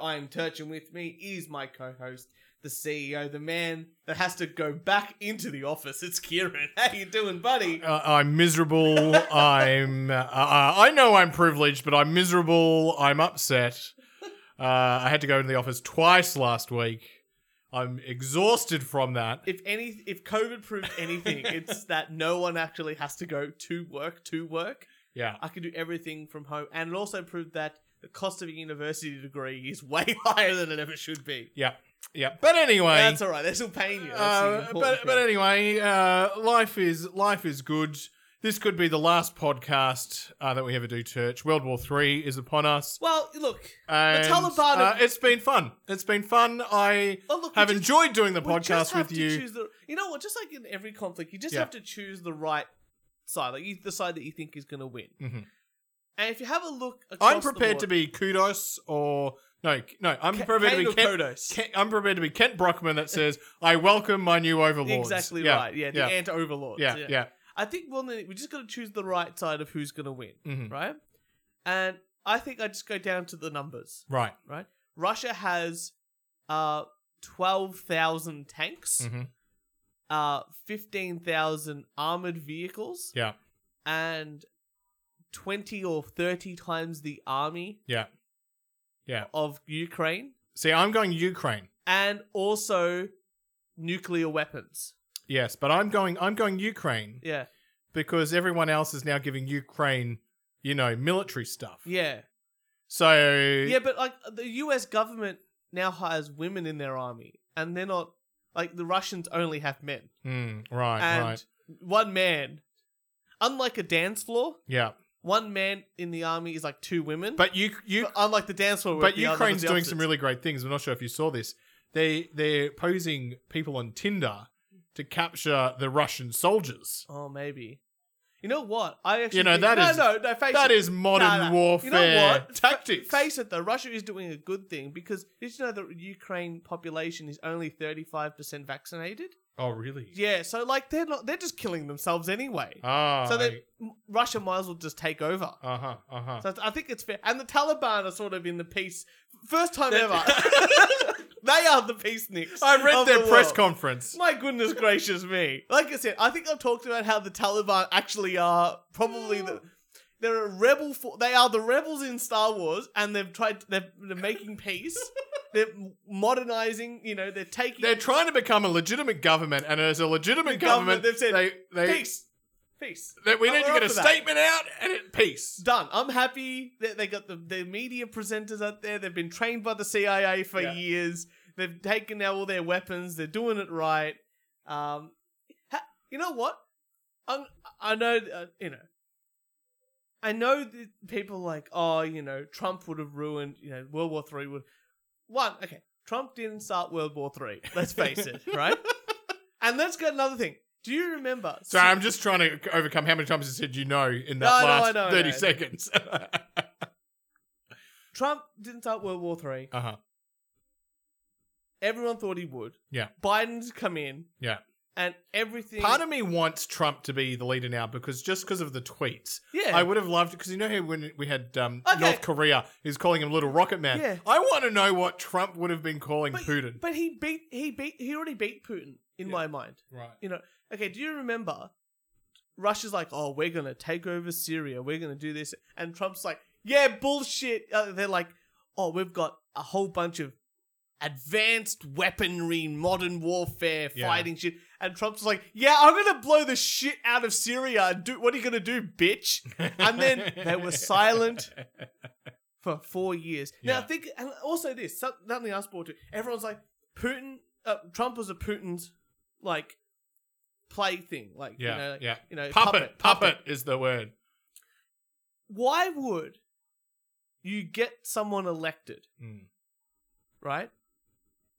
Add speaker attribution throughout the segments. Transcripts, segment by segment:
Speaker 1: Ryan Turch, and with me is my co-host, the CEO, the man that has to go back into the office. It's Kieran. How you doing, buddy?
Speaker 2: Uh, I'm miserable. I'm. Uh, uh, I know I'm privileged, but I'm miserable. I'm upset. Uh, I had to go into the office twice last week. I'm exhausted from that.
Speaker 1: If any, if COVID proved anything, it's that no one actually has to go to work to work.
Speaker 2: Yeah.
Speaker 1: I can do everything from home, and it also proved that the cost of a university degree is way higher than it ever should be.
Speaker 2: Yeah. Yeah. But anyway.
Speaker 1: That's all right. They're still paying you. That's the
Speaker 2: uh,
Speaker 1: important
Speaker 2: but but
Speaker 1: thing.
Speaker 2: anyway, uh, life is life is good. This could be the last podcast uh, that we ever do. Church World War Three is upon us.
Speaker 1: well, look.
Speaker 2: And,
Speaker 1: Taliban
Speaker 2: Uh,
Speaker 1: have-
Speaker 2: it's been fun. It's been fun. I
Speaker 1: Oh, look. we
Speaker 2: have
Speaker 1: just-
Speaker 2: enjoyed doing the
Speaker 1: we just
Speaker 2: podcast
Speaker 1: have
Speaker 2: with
Speaker 1: to
Speaker 2: you.
Speaker 1: choose the- you know what? Just like in every conflict, you just
Speaker 2: Yeah.
Speaker 1: have to choose the right side, like you, the side that you think is going to win.
Speaker 2: Mhm.
Speaker 1: And if you have a look, across
Speaker 2: I'm prepared to be kudos or no, k- no. I'm prepared to be Kent,
Speaker 1: Kodos.
Speaker 2: Kent- I'm prepared to be Kent Brockman that says, "I welcome my new overlords."
Speaker 1: Exactly
Speaker 2: yeah,
Speaker 1: right. Yeah, the
Speaker 2: yeah,
Speaker 1: ant overlords.
Speaker 2: yeah, yeah.
Speaker 1: I think well, then we just got to choose the right side of who's going to win,
Speaker 2: Mhm.
Speaker 1: right? And I think I just go down to the numbers.
Speaker 2: Right.
Speaker 1: Russia has uh, 12,000 tanks,
Speaker 2: Mhm.
Speaker 1: uh, 15,000 armored vehicles,
Speaker 2: Yeah.
Speaker 1: and 20 or 30 times the army
Speaker 2: Yeah. Yeah.
Speaker 1: of Ukraine,
Speaker 2: See, I'm going Ukraine.
Speaker 1: and also nuclear weapons.
Speaker 2: Yes, but I'm going. I'm going Ukraine
Speaker 1: Yeah.
Speaker 2: because everyone else is now giving Ukraine, you know, military stuff.
Speaker 1: Yeah.
Speaker 2: So
Speaker 1: Yeah, but like the US government now hires women in their army, and they're not like the Russians only have men.
Speaker 2: Mm, right.
Speaker 1: and
Speaker 2: Right.
Speaker 1: one man, unlike a dance floor,
Speaker 2: Yeah.
Speaker 1: one man in the army is like two women.
Speaker 2: But you you
Speaker 1: But unlike the dance floor, where
Speaker 2: but
Speaker 1: the other
Speaker 2: Ukraine's
Speaker 1: one's the
Speaker 2: doing some
Speaker 1: opposite.
Speaker 2: really great things. I'm not sure if you saw this. They they're posing people on Tinder to capture the Russian soldiers.
Speaker 1: Oh, maybe. You know what? I actually
Speaker 2: You know,
Speaker 1: think,
Speaker 2: that
Speaker 1: no,
Speaker 2: is-
Speaker 1: no, no. Face
Speaker 2: That
Speaker 1: it.
Speaker 2: is modern
Speaker 1: No, no.
Speaker 2: warfare
Speaker 1: You know what? Fa-
Speaker 2: tactics.
Speaker 1: Face it though, Russia is doing a good thing because did you know the Ukraine population is only thirty five percent vaccinated?
Speaker 2: oh really?
Speaker 1: Yeah, so like they're not they're just killing themselves anyway.
Speaker 2: Ah.
Speaker 1: so that Russia might as well just take over.
Speaker 2: Uh huh. Uh huh.
Speaker 1: So I think it's fair. And the Taliban are sort of in the peace. First time
Speaker 2: They-
Speaker 1: ever. they are the peaceniks.
Speaker 2: I read
Speaker 1: of
Speaker 2: their
Speaker 1: the
Speaker 2: press
Speaker 1: world.
Speaker 2: conference.
Speaker 1: My goodness gracious me. Like I said, I think I've talked about how the Taliban actually are probably the. They're a rebel for. They are the rebels in Star Wars, and they've tried. They're, they're making peace. they're modernizing. You know, they're taking
Speaker 2: They're trying to become a legitimate government, and as a legitimate
Speaker 1: The government,
Speaker 2: government,
Speaker 1: they've said,
Speaker 2: they, they,
Speaker 1: peace, peace.
Speaker 2: that we
Speaker 1: Oh,
Speaker 2: need to
Speaker 1: we're
Speaker 2: get
Speaker 1: up
Speaker 2: a
Speaker 1: for that.
Speaker 2: statement out and it peace.
Speaker 1: done. I'm happy that they got the, the media presenters out there. They've been trained by the CIA for
Speaker 2: Yeah.
Speaker 1: years. They've taken out all their weapons. They're doing it right. Um, ha- you know what? i I know, uh, you know, I know that people are like, oh, you know, Trump would have ruined, you know, World War Three would. One, okay, Trump didn't start World War Three. Let's face it, right? And let's get another thing. Do you remember?
Speaker 2: So I'm just trying to overcome how many times I said you know in that
Speaker 1: No, no,
Speaker 2: last
Speaker 1: I know, I
Speaker 2: 30
Speaker 1: know.
Speaker 2: seconds. uh
Speaker 1: Trump didn't start World War Three.
Speaker 2: huh.
Speaker 1: Everyone thought he would.
Speaker 2: Yeah.
Speaker 1: Biden's come in.
Speaker 2: Yeah.
Speaker 1: And everything.
Speaker 2: Part of me wants Trump to be the leader now because just because of the tweets,
Speaker 1: yeah.
Speaker 2: I would have loved because you know how when we had um,
Speaker 1: Okay.
Speaker 2: North Korea, he was calling him Little Rocket Man.
Speaker 1: Yeah.
Speaker 2: I want to know what Trump would have been calling Putin.
Speaker 1: but he beat. He beat. He already beat Putin in
Speaker 2: Yeah.
Speaker 1: my mind.
Speaker 2: right.
Speaker 1: You know. Okay. Do you remember? Russia's like, oh, we're gonna take over Syria. We're gonna do this, and Trump's like, yeah, bullshit. Uh, they're like, oh, we've got a whole bunch of advanced weaponry, modern warfare,
Speaker 2: Yeah.
Speaker 1: fighting shit, and Trump's like, yeah, I'm gonna blow the shit out of Syria. And do what are you gonna do, bitch? And then they were silent. for four years. Now
Speaker 2: Yeah.
Speaker 1: think, and also this some- something else brought to it. everyone's like Putin. Uh, Trump was a Putin's like plaything, like
Speaker 2: Yeah,
Speaker 1: you know, like, uh,
Speaker 2: yeah.
Speaker 1: you know,
Speaker 2: Puppet, puppet is the word.
Speaker 1: Why would you get someone elected,
Speaker 2: Mm.
Speaker 1: right?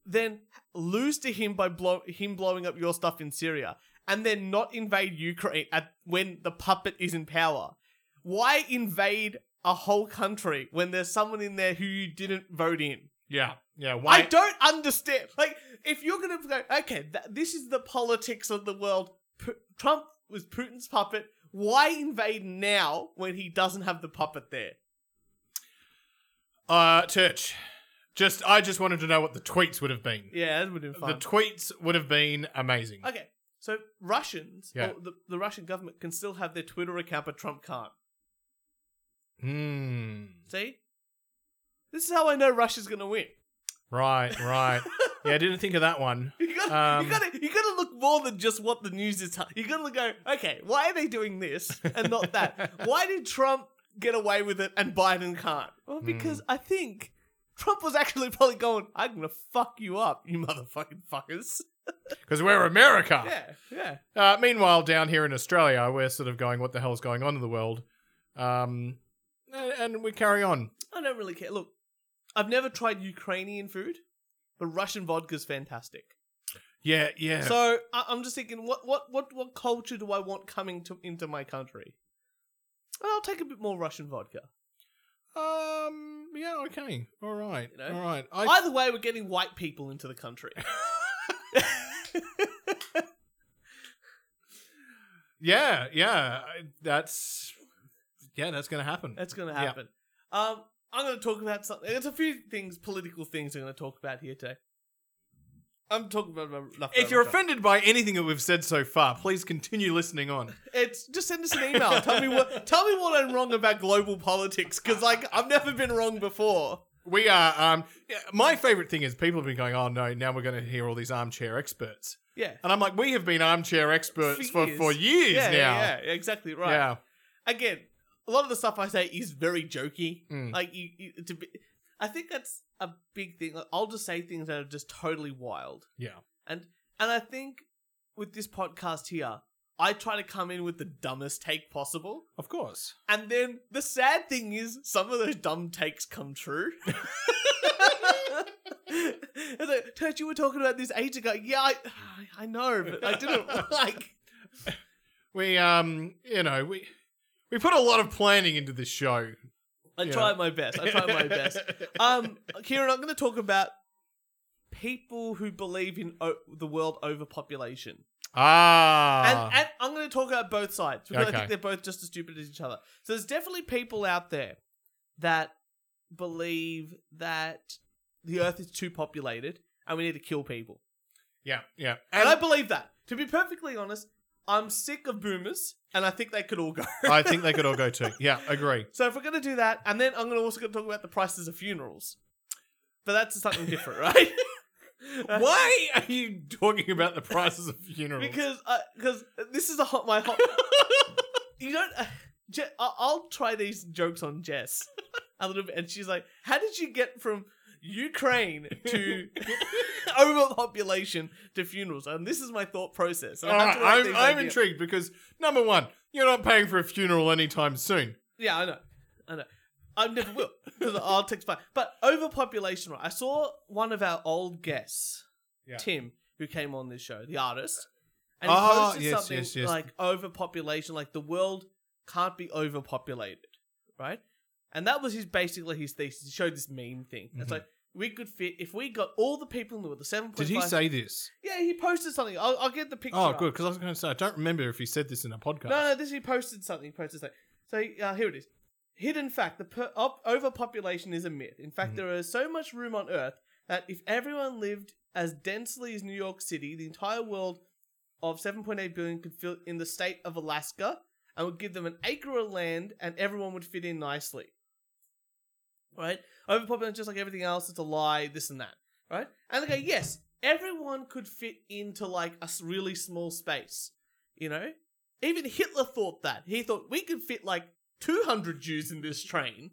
Speaker 1: Then lose to him by blow him blowing up your stuff in Syria, and then not invade Ukraine at when the puppet is in power. Why invade a whole country when there's someone in there who you didn't vote in?
Speaker 2: Yeah, yeah. Why?
Speaker 1: I don't understand. Like, if you're going to go, okay, th- this is the politics of the world. P- Trump was Putin's puppet. Why invade now when he doesn't have the puppet there?
Speaker 2: uh, Church, Just I just wanted to know what the tweets would have been.
Speaker 1: Yeah, that would have been
Speaker 2: The
Speaker 1: fun.
Speaker 2: tweets would have been amazing.
Speaker 1: okay, so Russians,
Speaker 2: Yeah.
Speaker 1: or the, the Russian government can still have their Twitter account, but Trump can't.
Speaker 2: Hmm.
Speaker 1: See? This is how I know Russia's going to win.
Speaker 2: Right, right. yeah, I didn't think of that one.
Speaker 1: You gotta,
Speaker 2: Um,
Speaker 1: you gotta, you gotta look more than just what the news is. You gotta go, okay, why are they doing this and not that? why did Trump get away with it and Biden can't?
Speaker 2: Hmm.
Speaker 1: Well, because I think Trump was actually probably going, "I'm gonna fuck you up, you motherfucking fuckers."
Speaker 2: Because we're America.
Speaker 1: Yeah, yeah,
Speaker 2: Uh, meanwhile, down here in Australia, we're sort of going, what the hell's going on in the world? Um, and, and we carry on.
Speaker 1: I don't really care. Look, I've never tried Ukrainian food, but Russian vodka's fantastic.
Speaker 2: Yeah, yeah.
Speaker 1: So I- I'm just thinking, what, what, what, what culture do I want coming to into my country? And I'll take a bit more Russian vodka.
Speaker 2: um, yeah, okay. All right.
Speaker 1: You know?
Speaker 2: All right. I,
Speaker 1: Either way, we're getting white people into the country.
Speaker 2: yeah, yeah. I- That's, yeah, that's going to happen.
Speaker 1: That's going to
Speaker 2: Yeah.
Speaker 1: happen. Um, I'm going to talk about something. There's a few things, political things, I'm going to talk about here today. I'm talking about my nothing
Speaker 2: if
Speaker 1: about
Speaker 2: you're
Speaker 1: myself.
Speaker 2: offended by anything that we've said so far, please continue listening on.
Speaker 1: it's just send us an email. tell me what, tell me what I'm wrong about global politics, because like I've never been wrong before.
Speaker 2: We are. Um, yeah, my favorite thing is people have been going, "Oh no, now we're going to hear all these armchair experts,"
Speaker 1: Yeah,
Speaker 2: and I'm like, "We have been armchair experts for for years,
Speaker 1: yeah,
Speaker 2: now."
Speaker 1: Yeah, yeah, exactly right.
Speaker 2: Yeah.
Speaker 1: Again, a lot of the stuff I say is very jokey.
Speaker 2: Mm.
Speaker 1: Like you, you to be, I think that's a big thing. Like, I'll just say things that are just totally wild.
Speaker 2: yeah,
Speaker 1: And I think with this podcast here, I try to come in with the dumbest take possible.
Speaker 2: of course.
Speaker 1: And then the sad thing is, some of those dumb takes come true. It's like, Turt, you were talking about this ages ago. Yeah, I, I know, but I didn't like.
Speaker 2: We um, you know, we we put a lot of planning into this show.
Speaker 1: I
Speaker 2: Yeah.
Speaker 1: tried my best. I tried my best. Um, Kieran, I'm going to talk about people who believe in o- the world overpopulation.
Speaker 2: ah,
Speaker 1: and, and I'm going to talk about both sides because I
Speaker 2: Okay.
Speaker 1: think they're both just as stupid as each other. So there's definitely people out there that believe that the Earth is too populated and we need to kill people.
Speaker 2: yeah, yeah,
Speaker 1: And,
Speaker 2: and
Speaker 1: I believe that. To be perfectly honest, I'm sick of boomers and I think they could all go.
Speaker 2: I think they could all go too. Yeah, agree.
Speaker 1: so if we're going to do that, and then I'm going to also gonna talk about the prices of funerals. But that's something different, right? Uh,
Speaker 2: Why are you talking about the prices of funerals?
Speaker 1: because because this is a hot my hot. you don't. Uh, Je- I- I'll try these jokes on Jess a little bit, and she's like, "How did you get from Ukraine to overpopulation to funerals?" And this is my thought process. and I
Speaker 2: all
Speaker 1: have
Speaker 2: right,
Speaker 1: to write
Speaker 2: Oh, I'm,
Speaker 1: these
Speaker 2: I'm
Speaker 1: ideas.
Speaker 2: intrigued because number one, you're not paying for a funeral anytime soon.
Speaker 1: Yeah, I know, I know. I never will because I'll take fine. But overpopulation. Right, I saw one of our old guests,
Speaker 2: Yeah.
Speaker 1: Tim, who came on this show, the artist, and he
Speaker 2: Ah,
Speaker 1: posted
Speaker 2: yes,
Speaker 1: something
Speaker 2: yes, yes.
Speaker 1: like overpopulation, like the world can't be overpopulated, right? And that was his basically his thesis. He showed this meme thing. It's
Speaker 2: Mhm.
Speaker 1: like we could fit if we got all the people in the world, the seven point five.
Speaker 2: this?
Speaker 1: Yeah, he posted something. I'll, I'll get the picture.
Speaker 2: Oh,
Speaker 1: up.
Speaker 2: good. Because I was going to say, I don't remember if he said this in a podcast.
Speaker 1: No, no, this he posted something. He posted something. So uh, here it is. Hidden fact: the per- op- overpopulation is a myth. In fact,
Speaker 2: Mhm.
Speaker 1: there is so much room on Earth that if everyone lived as densely as New York City, the entire world of 7.8 billion could fit in the state of Alaska, and would give them an acre of land, and everyone would fit in nicely. Right? Overpopulation, just like everything else, it's a lie. This and that. Right? And okay, yes, everyone could fit into like a s- really small space. You know, even Hitler thought that. He thought we could fit like 200 Jews in this train.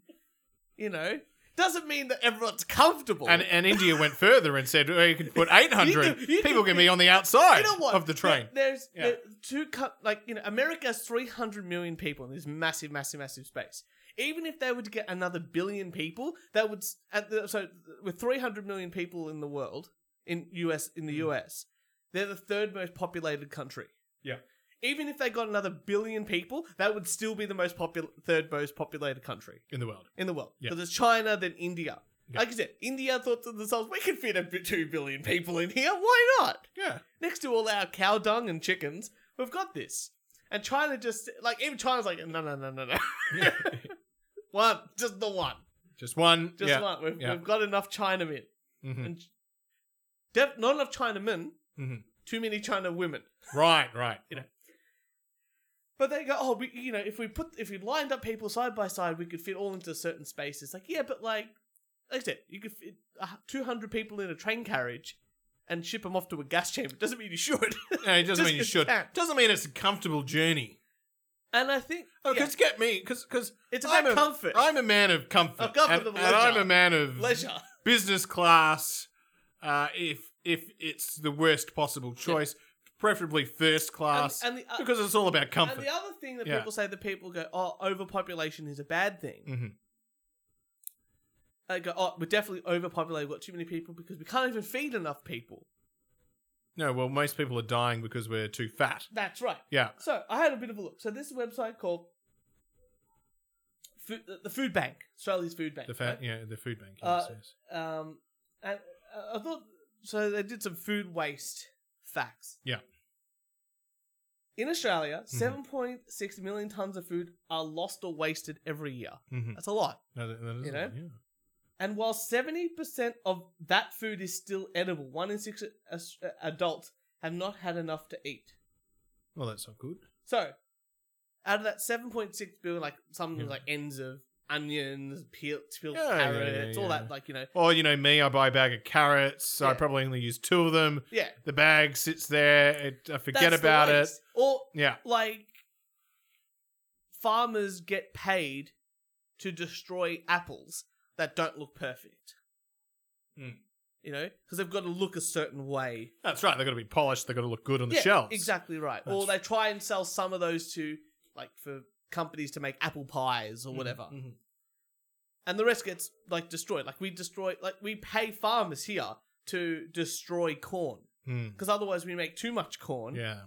Speaker 1: You know, doesn't mean that everyone's comfortable.
Speaker 2: And, and India went further and said, well, you can put 800
Speaker 1: You can- you
Speaker 2: people
Speaker 1: can-
Speaker 2: can be on the outside
Speaker 1: you know what?
Speaker 2: of the train.
Speaker 1: There- there's
Speaker 2: Yeah.
Speaker 1: there- two co- like you know America has 300 million people in this massive, massive, massive space. Even if they were to get another billion people, that would s- at the, so with 300 million people in the world in US in the
Speaker 2: Mm.
Speaker 1: US, they're the third most populated country.
Speaker 2: Yeah.
Speaker 1: Even if they got another billion people, that would still be the most popular third most populated country
Speaker 2: in the world.
Speaker 1: in the world.
Speaker 2: Yeah.
Speaker 1: Because it's China, then India.
Speaker 2: Yeah.
Speaker 1: Like I said, India thought to themselves, we can fit a bit- two billion people in here. Why not?
Speaker 2: Yeah.
Speaker 1: Next to all our cow dung and chickens, we've got this. And China just like even China's like no no no no no one just the one.
Speaker 2: Just one.
Speaker 1: Just
Speaker 2: yeah.
Speaker 1: one. We've,
Speaker 2: yeah.
Speaker 1: we've got enough Chinamen.
Speaker 2: Mhm.
Speaker 1: And def- not enough Chinamen,
Speaker 2: Mhm.
Speaker 1: too many China women.
Speaker 2: Right, right.
Speaker 1: But they go, oh, we, you know, if we put if we lined up people side by side, we could fit all into certain spaces. Like, yeah, but like, like I said, you could fit two hundred people in a train carriage and ship them off to a gas chamber. Doesn't mean you should.
Speaker 2: No, it doesn't
Speaker 1: Just
Speaker 2: mean you should.
Speaker 1: can't.
Speaker 2: Doesn't mean it's a comfortable journey.
Speaker 1: and I think
Speaker 2: Oh,
Speaker 1: yeah,
Speaker 2: because get me, because because
Speaker 1: it's
Speaker 2: I'm
Speaker 1: about
Speaker 2: a-
Speaker 1: comfort,
Speaker 2: I'm a man of comfort,
Speaker 1: Of comfort
Speaker 2: and,
Speaker 1: of
Speaker 2: and I'm
Speaker 1: leisure.
Speaker 2: a man of
Speaker 1: leisure.
Speaker 2: business class. Uh, if if it's the worst possible choice, preferably first
Speaker 1: And,
Speaker 2: class,
Speaker 1: and the uh,
Speaker 2: because it's all about
Speaker 1: and
Speaker 2: comfort.
Speaker 1: the other thing that
Speaker 2: Yeah.
Speaker 1: people say that people go, oh, overpopulation is a bad thing.
Speaker 2: Mhm.
Speaker 1: They go, oh, we're definitely overpopulated. We've got too many people because we can't even feed enough people.
Speaker 2: No, well, most people are dying because we're too fat.
Speaker 1: That's right.
Speaker 2: Yeah.
Speaker 1: So I had a bit of a look. So this website called Food, the Food Bank, Australia's Food Bank.
Speaker 2: The fat,
Speaker 1: right?
Speaker 2: yeah, the food bank. Yes,
Speaker 1: Uh,
Speaker 2: yes.
Speaker 1: Um, and uh, I thought so. They did some food waste facts.
Speaker 2: Yeah. Mm-hmm.
Speaker 1: In Australia, seven point six million tons of food are lost or wasted every year.
Speaker 2: Mhm.
Speaker 1: That's a lot.
Speaker 2: No, that- that is
Speaker 1: you know?
Speaker 2: yeah.
Speaker 1: And while seventy percent of that food is still edible, one in six as- adults have not had enough to eat.
Speaker 2: Well, that's not good.
Speaker 1: So, out of that 7.6 billion, like some
Speaker 2: Yeah.
Speaker 1: like ends of onions, peel, peeled
Speaker 2: Yeah, yeah, yeah,
Speaker 1: carrots, all
Speaker 2: yeah.
Speaker 1: that, like, you know,
Speaker 2: Or you know me, I buy a bag of carrots. so I
Speaker 1: Yeah.
Speaker 2: probably only use two of them.
Speaker 1: yeah.
Speaker 2: The bag sits there. It, I forget
Speaker 1: that's the
Speaker 2: about it.
Speaker 1: waste. Or,
Speaker 2: Yeah.
Speaker 1: like, farmers get paid to destroy apples that don't look perfect.
Speaker 2: Mm.
Speaker 1: You know, because they've got to look a certain way.
Speaker 2: That's right. They've got to be polished. They've got to look good on the
Speaker 1: yeah,
Speaker 2: shelves.
Speaker 1: Exactly right. or they
Speaker 2: That's-
Speaker 1: try and sell some of those to, like, for companies to make apple pies or whatever.
Speaker 2: Mhm.
Speaker 1: and the rest gets like destroyed. Like we destroy, like we pay farmers here to destroy corn
Speaker 2: Mm.
Speaker 1: because otherwise we make too much corn.
Speaker 2: Yeah.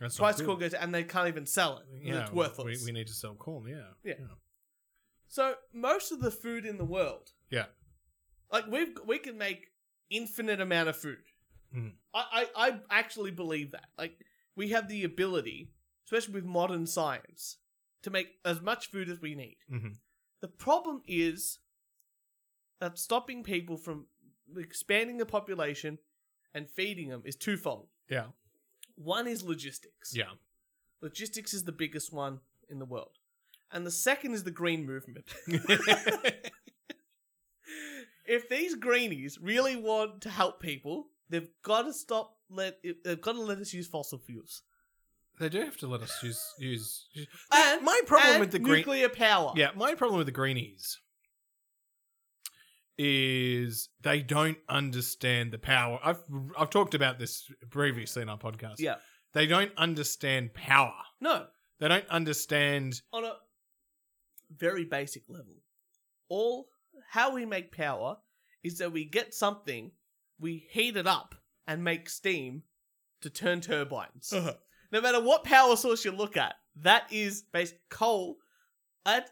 Speaker 2: That's not
Speaker 1: Twice
Speaker 2: good.
Speaker 1: corn goes and they can't even sell it. 'cause
Speaker 2: Yeah,
Speaker 1: it's worthless.
Speaker 2: We, we need to sell corn. Yeah.
Speaker 1: Yeah. so most of the food in the world,
Speaker 2: Yeah.
Speaker 1: like we we can make infinite amount of food.
Speaker 2: Mm.
Speaker 1: I, I I actually believe that. Like we have the ability, especially with modern science, to make as much food as we need.
Speaker 2: Mhm.
Speaker 1: The problem is that stopping people from expanding the population and feeding them is twofold.
Speaker 2: Yeah.
Speaker 1: One is logistics.
Speaker 2: Yeah.
Speaker 1: Logistics is the biggest one in the world. And the second is the green movement. if these greenies really want to help people, they've got to stop let they've got to let us use fossil fuels.
Speaker 2: They do have to let us use use. use-
Speaker 1: And-
Speaker 2: my problem
Speaker 1: and
Speaker 2: with the green.
Speaker 1: nuclear power.
Speaker 2: Yeah, my problem with the greenies is they don't understand the power. I've I've talked about this previously in our podcast.
Speaker 1: Yeah.
Speaker 2: They don't understand power.
Speaker 1: No,
Speaker 2: They don't understand
Speaker 1: on a very basic level. All how we make power is that we get something, we heat it up and make steam to turn turbines.
Speaker 2: Uh-huh.
Speaker 1: No matter what power source you look at, that is based coal. I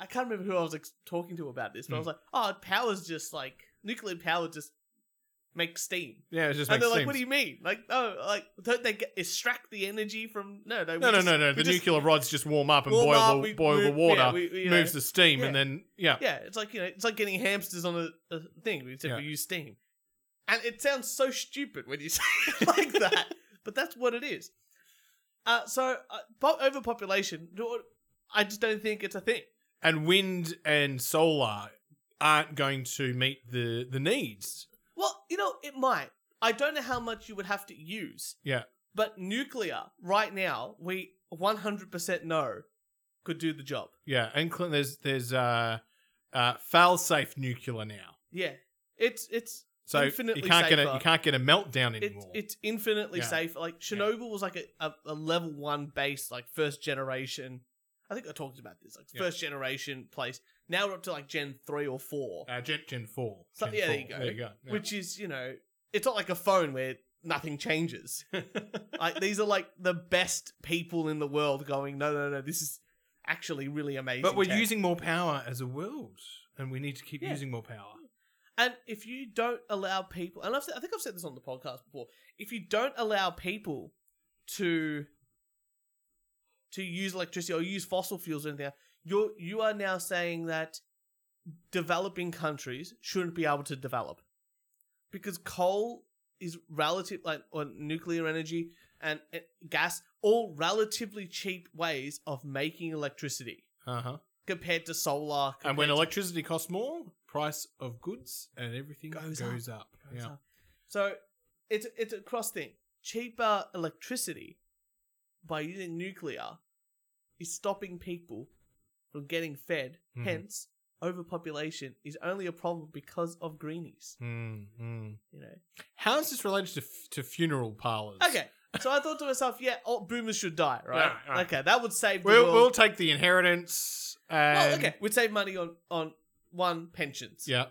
Speaker 1: I can't remember who I was like, talking to about this, but I
Speaker 2: Hmm.
Speaker 1: was like, oh, power's just like nuclear power just makes steam.
Speaker 2: Yeah, it just
Speaker 1: And they're
Speaker 2: makes sense.
Speaker 1: like, "What do you mean? Like, oh, like don't they get, extract the energy from? No, no, we
Speaker 2: no, no,
Speaker 1: just-
Speaker 2: no, no.
Speaker 1: we
Speaker 2: The
Speaker 1: just
Speaker 2: nuclear rods just warm up and
Speaker 1: warm
Speaker 2: boil
Speaker 1: up,
Speaker 2: the
Speaker 1: we
Speaker 2: boil the
Speaker 1: move-
Speaker 2: water,
Speaker 1: yeah, we- we, you
Speaker 2: moves
Speaker 1: know.
Speaker 2: the steam,
Speaker 1: Yeah.
Speaker 2: and then yeah,
Speaker 1: Yeah, it's like you know, it's like getting hamsters on a, a thing. We said
Speaker 2: Yeah.
Speaker 1: we use steam, and it sounds so stupid when you say it like that, but that's what it is. Uh, so uh, po- overpopulation, do- I just don't think it's a thing.
Speaker 2: and wind and solar aren't going to meet the the needs.
Speaker 1: Well, you know, it might. I don't know how much you would have to use.
Speaker 2: Yeah.
Speaker 1: but nuclear right now, we one hundred percent know could do the job.
Speaker 2: Yeah, and Clint, there's there's uh, uh, fail safe nuclear now,
Speaker 1: Yeah, it's it's
Speaker 2: so
Speaker 1: Infinitely
Speaker 2: you can't get a,
Speaker 1: safer.
Speaker 2: you can't get a meltdown
Speaker 1: it's
Speaker 2: anymore.
Speaker 1: it's infinitely
Speaker 2: Yeah.
Speaker 1: safe. Like Chernobyl was like a, a, a level one base, like first generation. I think I talked about this, like
Speaker 2: Yeah.
Speaker 1: first generation place. Now we're up to like Gen three or four,
Speaker 2: uh, Gen, Gen four.
Speaker 1: So-
Speaker 2: Gen
Speaker 1: yeah,
Speaker 2: four.
Speaker 1: there you go.
Speaker 2: There you go. Yeah.
Speaker 1: which is you know it's not like a phone where nothing changes. like these are like the best people in the world going, no, no, no, this is actually really amazing.
Speaker 2: but we're
Speaker 1: tech."
Speaker 2: using more power as a world, and we need to keep
Speaker 1: Yeah.
Speaker 2: using more power.
Speaker 1: And if you don't allow people, and I've said, I think I've said this on the podcast before, if you don't allow people to to use electricity or use fossil fuels or anything, you're you are now saying that developing countries shouldn't be able to develop because coal is relative like or nuclear energy and uh, gas all relatively cheap ways of making electricity
Speaker 2: Uh huh.
Speaker 1: compared to solar
Speaker 2: And
Speaker 1: compared
Speaker 2: when
Speaker 1: to-
Speaker 2: electricity costs more, price of goods and everything
Speaker 1: Goes
Speaker 2: goes,
Speaker 1: up.
Speaker 2: up.
Speaker 1: goes
Speaker 2: Yeah.
Speaker 1: up. So it's it's a cross thing. Cheaper electricity by using nuclear is stopping people from getting fed.
Speaker 2: Mhm.
Speaker 1: Hence, overpopulation is only a problem because of greenies.
Speaker 2: Mm, mm.
Speaker 1: You know.
Speaker 2: How is this related to, f- to funeral parlors?
Speaker 1: Okay. So I thought to myself, yeah, all boomers should die, right?
Speaker 2: Alright, alright.
Speaker 1: Okay, that would save the
Speaker 2: We'll,
Speaker 1: world.
Speaker 2: we'll take the inheritance. And,
Speaker 1: well, okay, we'd save money on on one pensions,
Speaker 2: Yeah.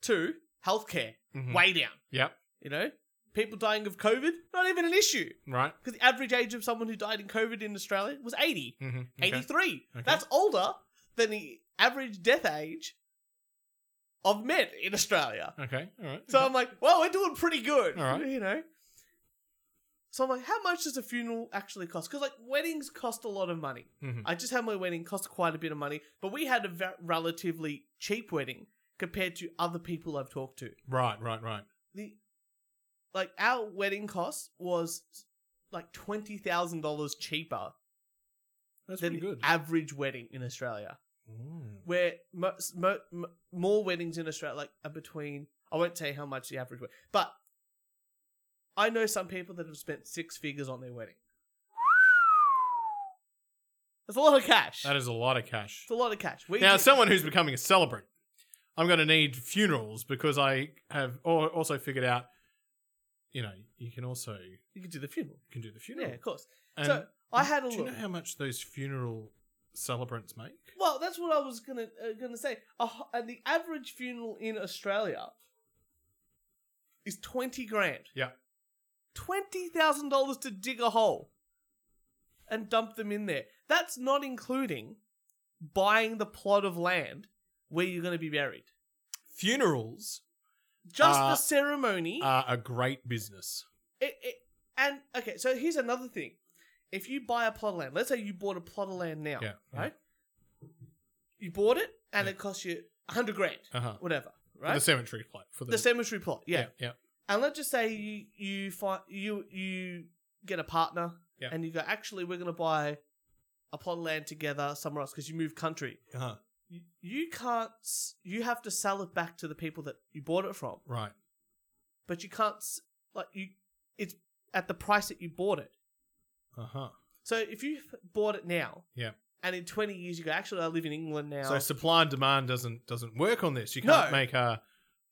Speaker 1: two healthcare,
Speaker 2: Mhm.
Speaker 1: way down.
Speaker 2: Yep.
Speaker 1: You know, people dying of COVID, not even an issue.
Speaker 2: Right.
Speaker 1: Because the average age of someone who died in COVID in Australia was 80,
Speaker 2: Mm-hmm.
Speaker 1: 83.
Speaker 2: Okay.
Speaker 1: That's older than the average death age of men in Australia.
Speaker 2: Okay. All right.
Speaker 1: So I'm like, well, we're doing pretty good,
Speaker 2: All right.
Speaker 1: you know. So I'm like, how much does a funeral actually cost? Because like weddings cost a lot of money.
Speaker 2: Mhm.
Speaker 1: I just had my wedding cost quite a bit of money, but we had a ve- relatively cheap wedding compared to other people I've talked to
Speaker 2: right. Right. Right.
Speaker 1: the like our wedding cost was like twenty thousand dollars cheaper
Speaker 2: That's
Speaker 1: than
Speaker 2: pretty good.
Speaker 1: the average wedding in Australia,
Speaker 2: Mm.
Speaker 1: where mo- mo- mo- more weddings in Australia like are between. I won't tell you how much the average, wed- but I know some people that have spent six figures on their wedding. That's a lot of cash.
Speaker 2: That is a lot of cash.
Speaker 1: it's a lot of cash. We
Speaker 2: Now,
Speaker 1: did-
Speaker 2: as someone who's becoming a celebrant, I'm going to need funerals because I have al- also figured out, you know, you can also you
Speaker 1: you could do the funeral.
Speaker 2: can do the funeral.
Speaker 1: Yeah, of course.
Speaker 2: And
Speaker 1: so I had a
Speaker 2: do
Speaker 1: look.
Speaker 2: you know how much those funeral celebrants make?
Speaker 1: Well, that's what I was gonna uh, gonna say. A ho- and the average funeral in Australia is twenty grand.
Speaker 2: Yeah.
Speaker 1: twenty thousand dollars to dig a hole and dump them in there. That's not including buying the plot of land where you're going to be buried.
Speaker 2: Funerals
Speaker 1: Just
Speaker 2: Uh,
Speaker 1: the ceremony.
Speaker 2: are a great business.
Speaker 1: it, it, and okay, so here's another thing. If you buy a plot of land, let's say you bought a plot of land now,
Speaker 2: Yeah, yeah.
Speaker 1: right? You bought it and
Speaker 2: Yeah.
Speaker 1: it cost you a hundred grand.
Speaker 2: Uh huh.
Speaker 1: whatever,
Speaker 2: For
Speaker 1: right?
Speaker 2: The
Speaker 1: The,
Speaker 2: cemetery plot for the,
Speaker 1: cemetery plot, yeah.
Speaker 2: yeah.
Speaker 1: And let's just say you you find you you get a partner,
Speaker 2: Yeah.
Speaker 1: and you go, actually, we're gonna buy a plot of land together somewhere else because you move country.
Speaker 2: Uh huh.
Speaker 1: You, you can't. s- You have to sell it back to the people that you bought it from,
Speaker 2: Right.
Speaker 1: but you can't s- like you. It's at the price that you bought it.
Speaker 2: Uh huh.
Speaker 1: So if you f- bought it now,
Speaker 2: Yeah.
Speaker 1: and in twenty years you go, actually, I live in England now.
Speaker 2: So supply and demand doesn't doesn't work on this. You
Speaker 1: No.
Speaker 2: can't make a.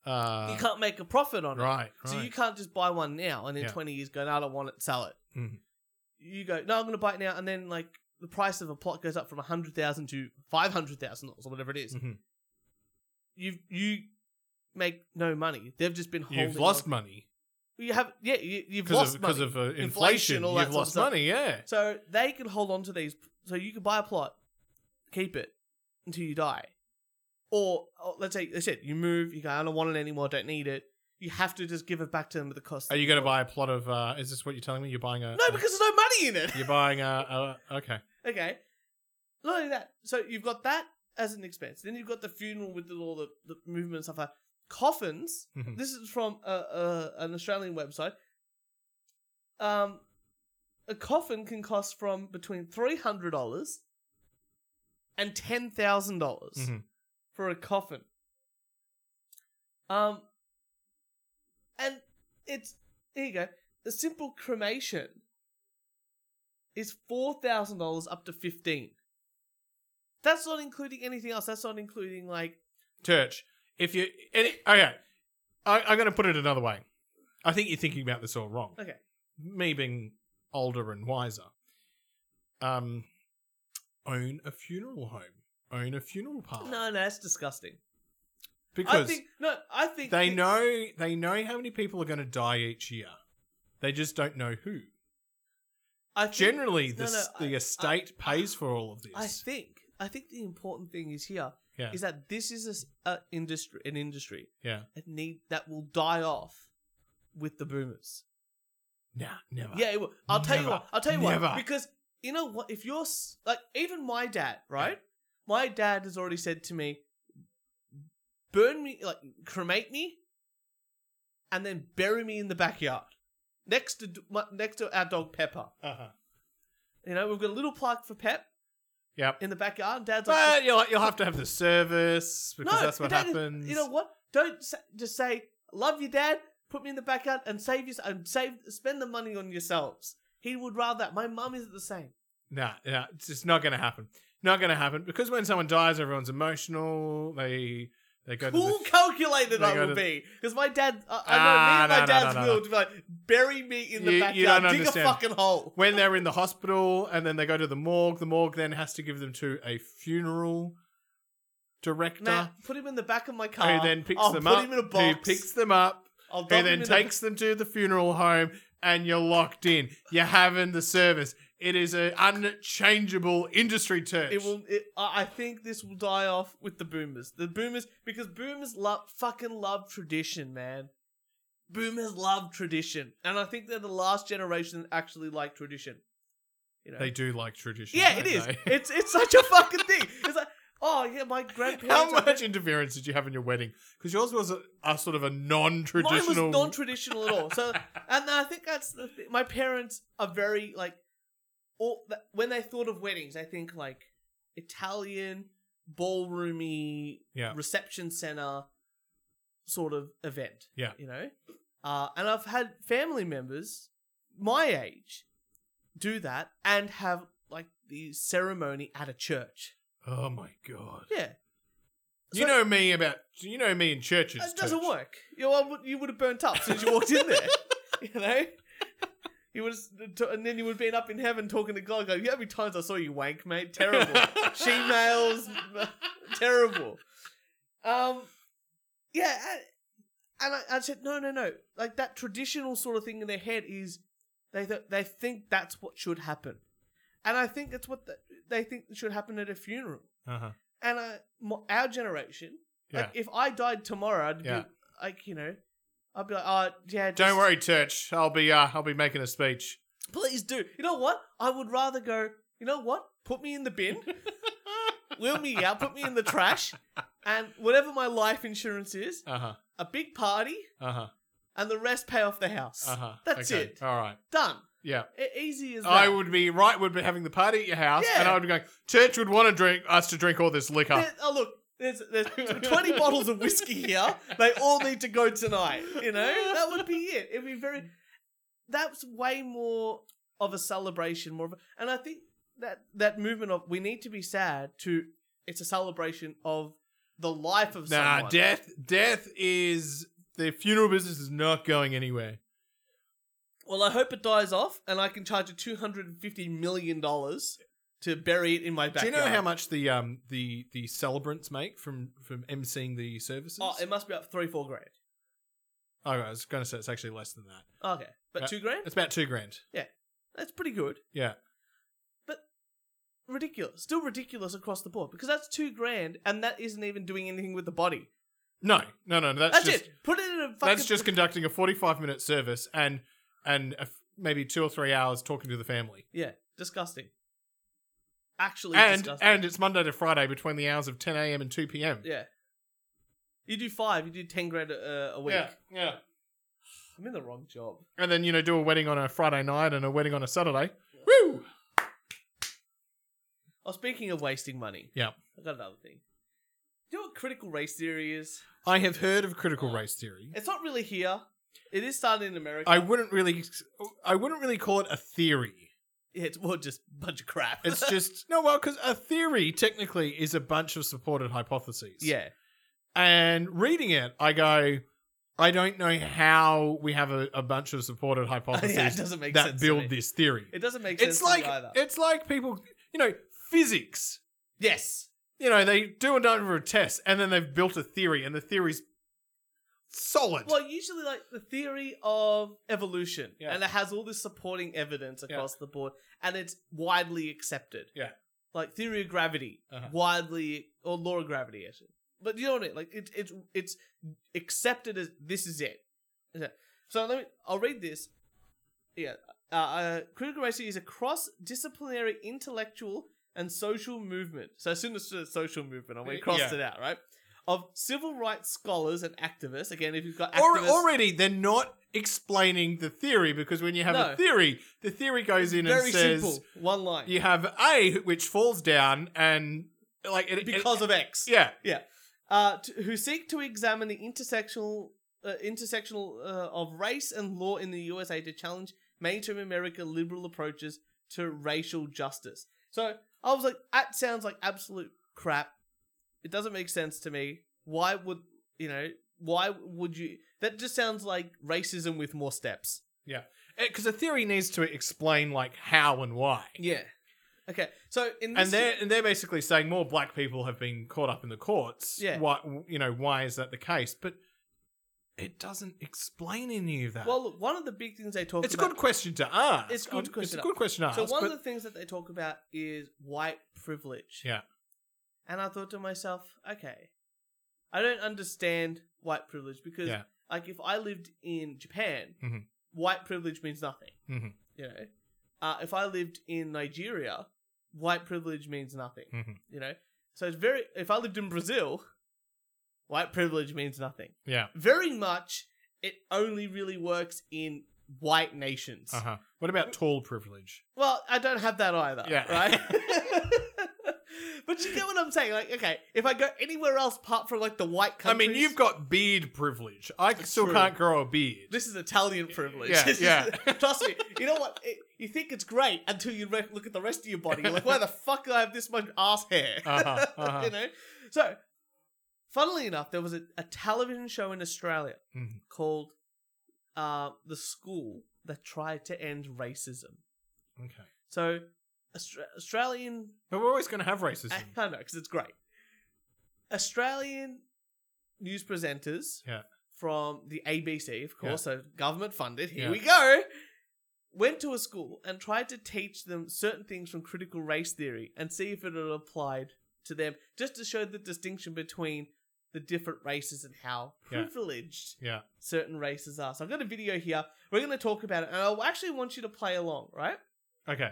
Speaker 2: Uh,
Speaker 1: you can't make a profit on it.
Speaker 2: Right. Right.
Speaker 1: So you can't just buy one now and in
Speaker 2: Yeah.
Speaker 1: 20 years go, no, I don't want it, sell it.
Speaker 2: Mhm.
Speaker 1: You go, no, I'm going to buy it now. And then, like, the price of a plot goes up from 100000 to $500,000 or whatever it is.
Speaker 2: Mhm.
Speaker 1: You've, you make no money. They've just been holding
Speaker 2: You've lost
Speaker 1: on-
Speaker 2: money.
Speaker 1: You have, yeah, you, you've
Speaker 2: because
Speaker 1: lost
Speaker 2: of,
Speaker 1: money.
Speaker 2: 'cause of uh, inflation,
Speaker 1: Inflation, all that sort
Speaker 2: you've
Speaker 1: of
Speaker 2: lost
Speaker 1: stuff.
Speaker 2: money. Yeah,
Speaker 1: So they can hold on to these. So you can buy a plot, keep it until you die. Or, or let's say, that's it. You move, you go, I don't want it anymore, don't need it. You have to just give it back to them at the cost.
Speaker 2: are you going to buy a plot of? Uh, is this what you're telling me? You're buying a
Speaker 1: No, because there's no money in it.
Speaker 2: you're buying a, a okay.
Speaker 1: Okay. Not only that, so you've got that as an expense. Then you've got the funeral with all the, the movement and stuff like that. Coffins.
Speaker 2: Mhm.
Speaker 1: This is from uh uh an Australian website. Um, a coffin can cost from between three hundred dollars and ten dollars
Speaker 2: Mhm.
Speaker 1: for a coffin. Um, and it's here you go. The simple cremation is four thousand dollars up to fifteen. That's not including anything else. That's not including like
Speaker 2: Church, if you any, okay, I, I'm going to put it another way. I think you're thinking about this all wrong.
Speaker 1: Okay.
Speaker 2: me being older and wiser. Um, own a funeral home, own a funeral parlor.
Speaker 1: no, no, that's disgusting. I
Speaker 2: because
Speaker 1: think no, I think
Speaker 2: they know they know how many people are going to die each year. They just don't know who.
Speaker 1: I think,
Speaker 2: Generally,
Speaker 1: No,
Speaker 2: the, s
Speaker 1: no,
Speaker 2: the
Speaker 1: I-
Speaker 2: estate pays for all of this.
Speaker 1: I think I think the important thing is here is
Speaker 2: Yeah.
Speaker 1: that this is a s- a industry an industry
Speaker 2: yeah.
Speaker 1: that need that will die off with the boomers.
Speaker 2: Nah, never.
Speaker 1: Yeah, it will. I'll tell you
Speaker 2: Never.
Speaker 1: what. I'll tell you
Speaker 2: Never.
Speaker 1: what. Because you know what? If you're s- like even my dad, right? My dad has already said to me, burn me, like cremate me, and then bury me in the backyard next to d- my, next to our dog Pepper.
Speaker 2: Uh-huh.
Speaker 1: You know, we've got a little plaque for Pep
Speaker 2: Yep.
Speaker 1: in the backyard. Dad's like,
Speaker 2: But you'll you'll have to have the service because that's what
Speaker 1: Dad,
Speaker 2: happens.
Speaker 1: You know what? Don't sa- just say love you, Dad. Put me in the backyard and save your and save spend the money on yourselves. He would rather that. My mum is the same.
Speaker 2: Nah, nah, it's just not going to happen. Not going to happen because when someone dies, everyone's emotional. They they go
Speaker 1: Cool
Speaker 2: to the,
Speaker 1: calculated
Speaker 2: They
Speaker 1: I
Speaker 2: go
Speaker 1: will
Speaker 2: to-
Speaker 1: be because my dad. I, I
Speaker 2: Ah,
Speaker 1: know me and my
Speaker 2: no, no,
Speaker 1: dad's
Speaker 2: no, no,
Speaker 1: will
Speaker 2: no.
Speaker 1: to be like bury me in the
Speaker 2: You-
Speaker 1: backyard,
Speaker 2: you don't
Speaker 1: dig
Speaker 2: understand.
Speaker 1: a fucking hole.
Speaker 2: when they're in the hospital and then they go to the morgue. The morgue then has to give them to a funeral director
Speaker 1: Matt, put him in the back of my car.
Speaker 2: who then picks
Speaker 1: I'll
Speaker 2: them
Speaker 1: put
Speaker 2: up.
Speaker 1: him in a
Speaker 2: Who
Speaker 1: box.
Speaker 2: picks them up?
Speaker 1: I'll
Speaker 2: Who
Speaker 1: dump him
Speaker 2: then
Speaker 1: in
Speaker 2: takes them to the funeral home? And you're locked in. You're having the service. It is an unchangeable industry term.
Speaker 1: the, It will. It, I I think this will die off with the boomers. The boomers because boomers love fucking love tradition, man. Boomers love tradition, and I think they're the last generation that actually like tradition. You know,
Speaker 2: They do like tradition.
Speaker 1: yeah, it
Speaker 2: don't
Speaker 1: is.
Speaker 2: they?
Speaker 1: It's it's such a fucking thing. It's like, oh yeah, my grandparents.
Speaker 2: How
Speaker 1: I-
Speaker 2: much interference did you have in your wedding? Because yours was a, a sort of a non-traditional.
Speaker 1: Mine was non-traditional at all. So, and I think that's the th- my parents are very like, all th- when they thought of weddings, I think like Italian ballroomy
Speaker 2: Yeah.
Speaker 1: reception center sort of event.
Speaker 2: Yeah.
Speaker 1: you know, uh, and I've had family members my age do that and have like the ceremony at a church.
Speaker 2: Oh my god!
Speaker 1: Yeah,
Speaker 2: you know me about you know me in churches.
Speaker 1: It doesn't
Speaker 2: Tooch.
Speaker 1: work. You, I would- you would have burnt up as soon as you walked in there. you know? You would have, and then you would have been up in heaven talking to God. Go, you know how many times I saw you wank, mate? Terrible. she males, terrible. Um, yeah, I- and I, I said no, no, no. Like that traditional sort of thing in their head is they th- they think that's what should happen, and I think that's what the, they think should happen at a funeral.
Speaker 2: Uh-huh.
Speaker 1: And I, mo- our generation, like
Speaker 2: Yeah.
Speaker 1: if I died tomorrow, I'd
Speaker 2: Yeah.
Speaker 1: be like, you know, I'd be like, oh yeah, just-
Speaker 2: Don't worry, church. I'll be uh, I'll be making a speech.
Speaker 1: please do. You know what? I would rather go. You know what? Put me in the bin, wheel me out, put me in the trash, and whatever my life insurance is,
Speaker 2: Uh huh.
Speaker 1: a big party,
Speaker 2: Uh huh.
Speaker 1: and the rest pay off the house.
Speaker 2: Uh huh.
Speaker 1: That's
Speaker 2: okay.
Speaker 1: it.
Speaker 2: All right.
Speaker 1: Done.
Speaker 2: Yeah.
Speaker 1: E- easy as that.
Speaker 2: I would be right. Would be having the party at your house, and
Speaker 1: Yeah.
Speaker 2: I would be going. Church would want to drink us to drink all this liquor.
Speaker 1: There- oh look, there's there's twenty bottles of whiskey here. They all need to go tonight. You know that would be it. It'd be very. That's way more of a celebration, more of, a, and I think that that movement of we need to be sad to it's a celebration of the life of
Speaker 2: Nah,
Speaker 1: someone.
Speaker 2: death. Death is the funeral business is not going anywhere.
Speaker 1: Well, I hope it dies off, and I can charge you two hundred and fifty million dollars to bury it in my
Speaker 2: Do
Speaker 1: backyard.
Speaker 2: you know how much the um the the celebrants make from from emceeing the services?
Speaker 1: Oh, it must be up three, four grand.
Speaker 2: Oh, I was going to say it's actually less than that.
Speaker 1: Okay, but
Speaker 2: Uh,
Speaker 1: two grand.
Speaker 2: It's about two grand.
Speaker 1: That's pretty good.
Speaker 2: Yeah.
Speaker 1: ridiculous. Still ridiculous across the board because that's two grand and that isn't even doing anything with the body.
Speaker 2: No, no, no. no, That's,
Speaker 1: That's,
Speaker 2: just
Speaker 1: it. Put it in a fucking.
Speaker 2: that's just conducting a forty-five minute service and and a f- maybe two or three hours talking to the family.
Speaker 1: yeah, disgusting. Actually,
Speaker 2: And
Speaker 1: disgusting.
Speaker 2: and it's Monday to Friday between the hours of ten a.m. and two p.m.
Speaker 1: yeah, you do five, you do ten grand a, a week.
Speaker 2: yeah, yeah.
Speaker 1: I'm in the wrong job.
Speaker 2: And then you know do a wedding on a Friday night and a wedding on a Saturday. Woo!
Speaker 1: Oh, speaking of wasting money,
Speaker 2: Yeah.
Speaker 1: I got another thing. Do you know what critical race theory is?
Speaker 2: I have heard of critical race theory.
Speaker 1: It's not really here. It is started in America.
Speaker 2: I wouldn't really, I wouldn't really call it a theory.
Speaker 1: Yeah, it's more just a bunch of crap.
Speaker 2: It's just no, well, because a theory technically is a bunch of supported hypotheses.
Speaker 1: yeah,
Speaker 2: And reading it, I go, I don't know how we have a, a bunch of supported hypotheses
Speaker 1: yeah. It doesn't make
Speaker 2: that
Speaker 1: sense. to me.
Speaker 2: build this theory.
Speaker 1: It doesn't make sense.
Speaker 2: It's
Speaker 1: to me
Speaker 2: like
Speaker 1: either.
Speaker 2: it's like people, you know, physics.
Speaker 1: yes,
Speaker 2: You know, they do a number of tests and then they've built a theory, and the theory's solid.
Speaker 1: Well, usually like the theory of evolution,
Speaker 2: Yeah.
Speaker 1: and it has all this supporting evidence
Speaker 2: Yeah.
Speaker 1: across the board, and it's widely accepted.
Speaker 2: Yeah.
Speaker 1: like theory of gravity,
Speaker 2: Uh-huh.
Speaker 1: widely or law of gravity, actually. But you know what? I mean? Like it's it's it's accepted as this is it. So let me. I'll read this. Yeah, uh, uh, critical race theory is a cross-disciplinary intellectual and social movement. So as soon as it's a social movement, I we
Speaker 2: Yeah.
Speaker 1: crossed it out, right? of civil rights scholars and activists. Again, if you've got
Speaker 2: Al-
Speaker 1: activists,
Speaker 2: already, they're not explaining the theory because when you have a
Speaker 1: No.
Speaker 2: theory, the theory goes in
Speaker 1: very
Speaker 2: and says
Speaker 1: simple, one line
Speaker 2: you have A, which falls down, and like it, it-
Speaker 1: because of X.
Speaker 2: yeah,
Speaker 1: uh, t- who seek to examine the intersectional uh, intersectional uh, of race and law in the USA to challenge mainstream America liberal approaches to racial justice. So I was like, that sounds like absolute crap. It doesn't make sense to me. Why would you know? Why would you? That just sounds like racism with more steps.
Speaker 2: because a theory needs to explain like how and why.
Speaker 1: Yeah. Okay. So in this
Speaker 2: And they're and they're basically saying more black people have been caught up in the courts.
Speaker 1: Yeah.
Speaker 2: Why you know why is that the case? But it doesn't explain any of that.
Speaker 1: well, look, one of the big things they talk
Speaker 2: it's a
Speaker 1: about
Speaker 2: good question to ask. Um,
Speaker 1: It's a good
Speaker 2: It's
Speaker 1: question
Speaker 2: a
Speaker 1: to
Speaker 2: good question to ask.
Speaker 1: So one
Speaker 2: but
Speaker 1: of the things that they talk about is white privilege.
Speaker 2: Yeah.
Speaker 1: And I thought to myself, okay, I don't understand white privilege because,
Speaker 2: Yeah.
Speaker 1: like, if I lived in Japan,
Speaker 2: Mhm.
Speaker 1: white privilege means nothing.
Speaker 2: Mhm.
Speaker 1: You know, uh, if I lived in Nigeria, white privilege means nothing.
Speaker 2: Mhm.
Speaker 1: You know, so it's very. If I lived in Brazil, white privilege means nothing.
Speaker 2: yeah.
Speaker 1: Very much, it only really works in white nations.
Speaker 2: Uh huh. What about tall privilege?
Speaker 1: Well, I don't have that either.
Speaker 2: Yeah.
Speaker 1: Right. but you get what I'm saying. Like, okay, if I go anywhere else apart from like the white
Speaker 2: I
Speaker 1: countries,
Speaker 2: mean, you've got beard privilege. I
Speaker 1: It's
Speaker 2: still
Speaker 1: true.
Speaker 2: can't grow a beard.
Speaker 1: this is Italian privilege.
Speaker 2: Yeah,
Speaker 1: This is-
Speaker 2: yeah.
Speaker 1: Trust me. You know what? It, you think it's great until you re- look at the rest of your body. You're like, why the fuck do I have this much ass hair?
Speaker 2: Uh-huh, uh-huh.
Speaker 1: you know. So, funnily enough, there was a, a television show in Australia
Speaker 2: Mhm.
Speaker 1: called uh, "The School That Tried to End Racism."
Speaker 2: Okay.
Speaker 1: So, Austra- Australian
Speaker 2: But we're always going to have racism.
Speaker 1: I know because it's great. Australian news presenters
Speaker 2: Yeah.
Speaker 1: from the ABC, of course, so government funded. Here
Speaker 2: Yeah.
Speaker 1: we go. Went to a school and tried to teach them certain things from critical race theory and see if it had applied to them, just to show the distinction between the different races and how
Speaker 2: Yeah.
Speaker 1: privileged
Speaker 2: Yeah.
Speaker 1: certain races are. So I've got a video here. We're going to talk about it, and I actually want you to play along, right?
Speaker 2: Okay.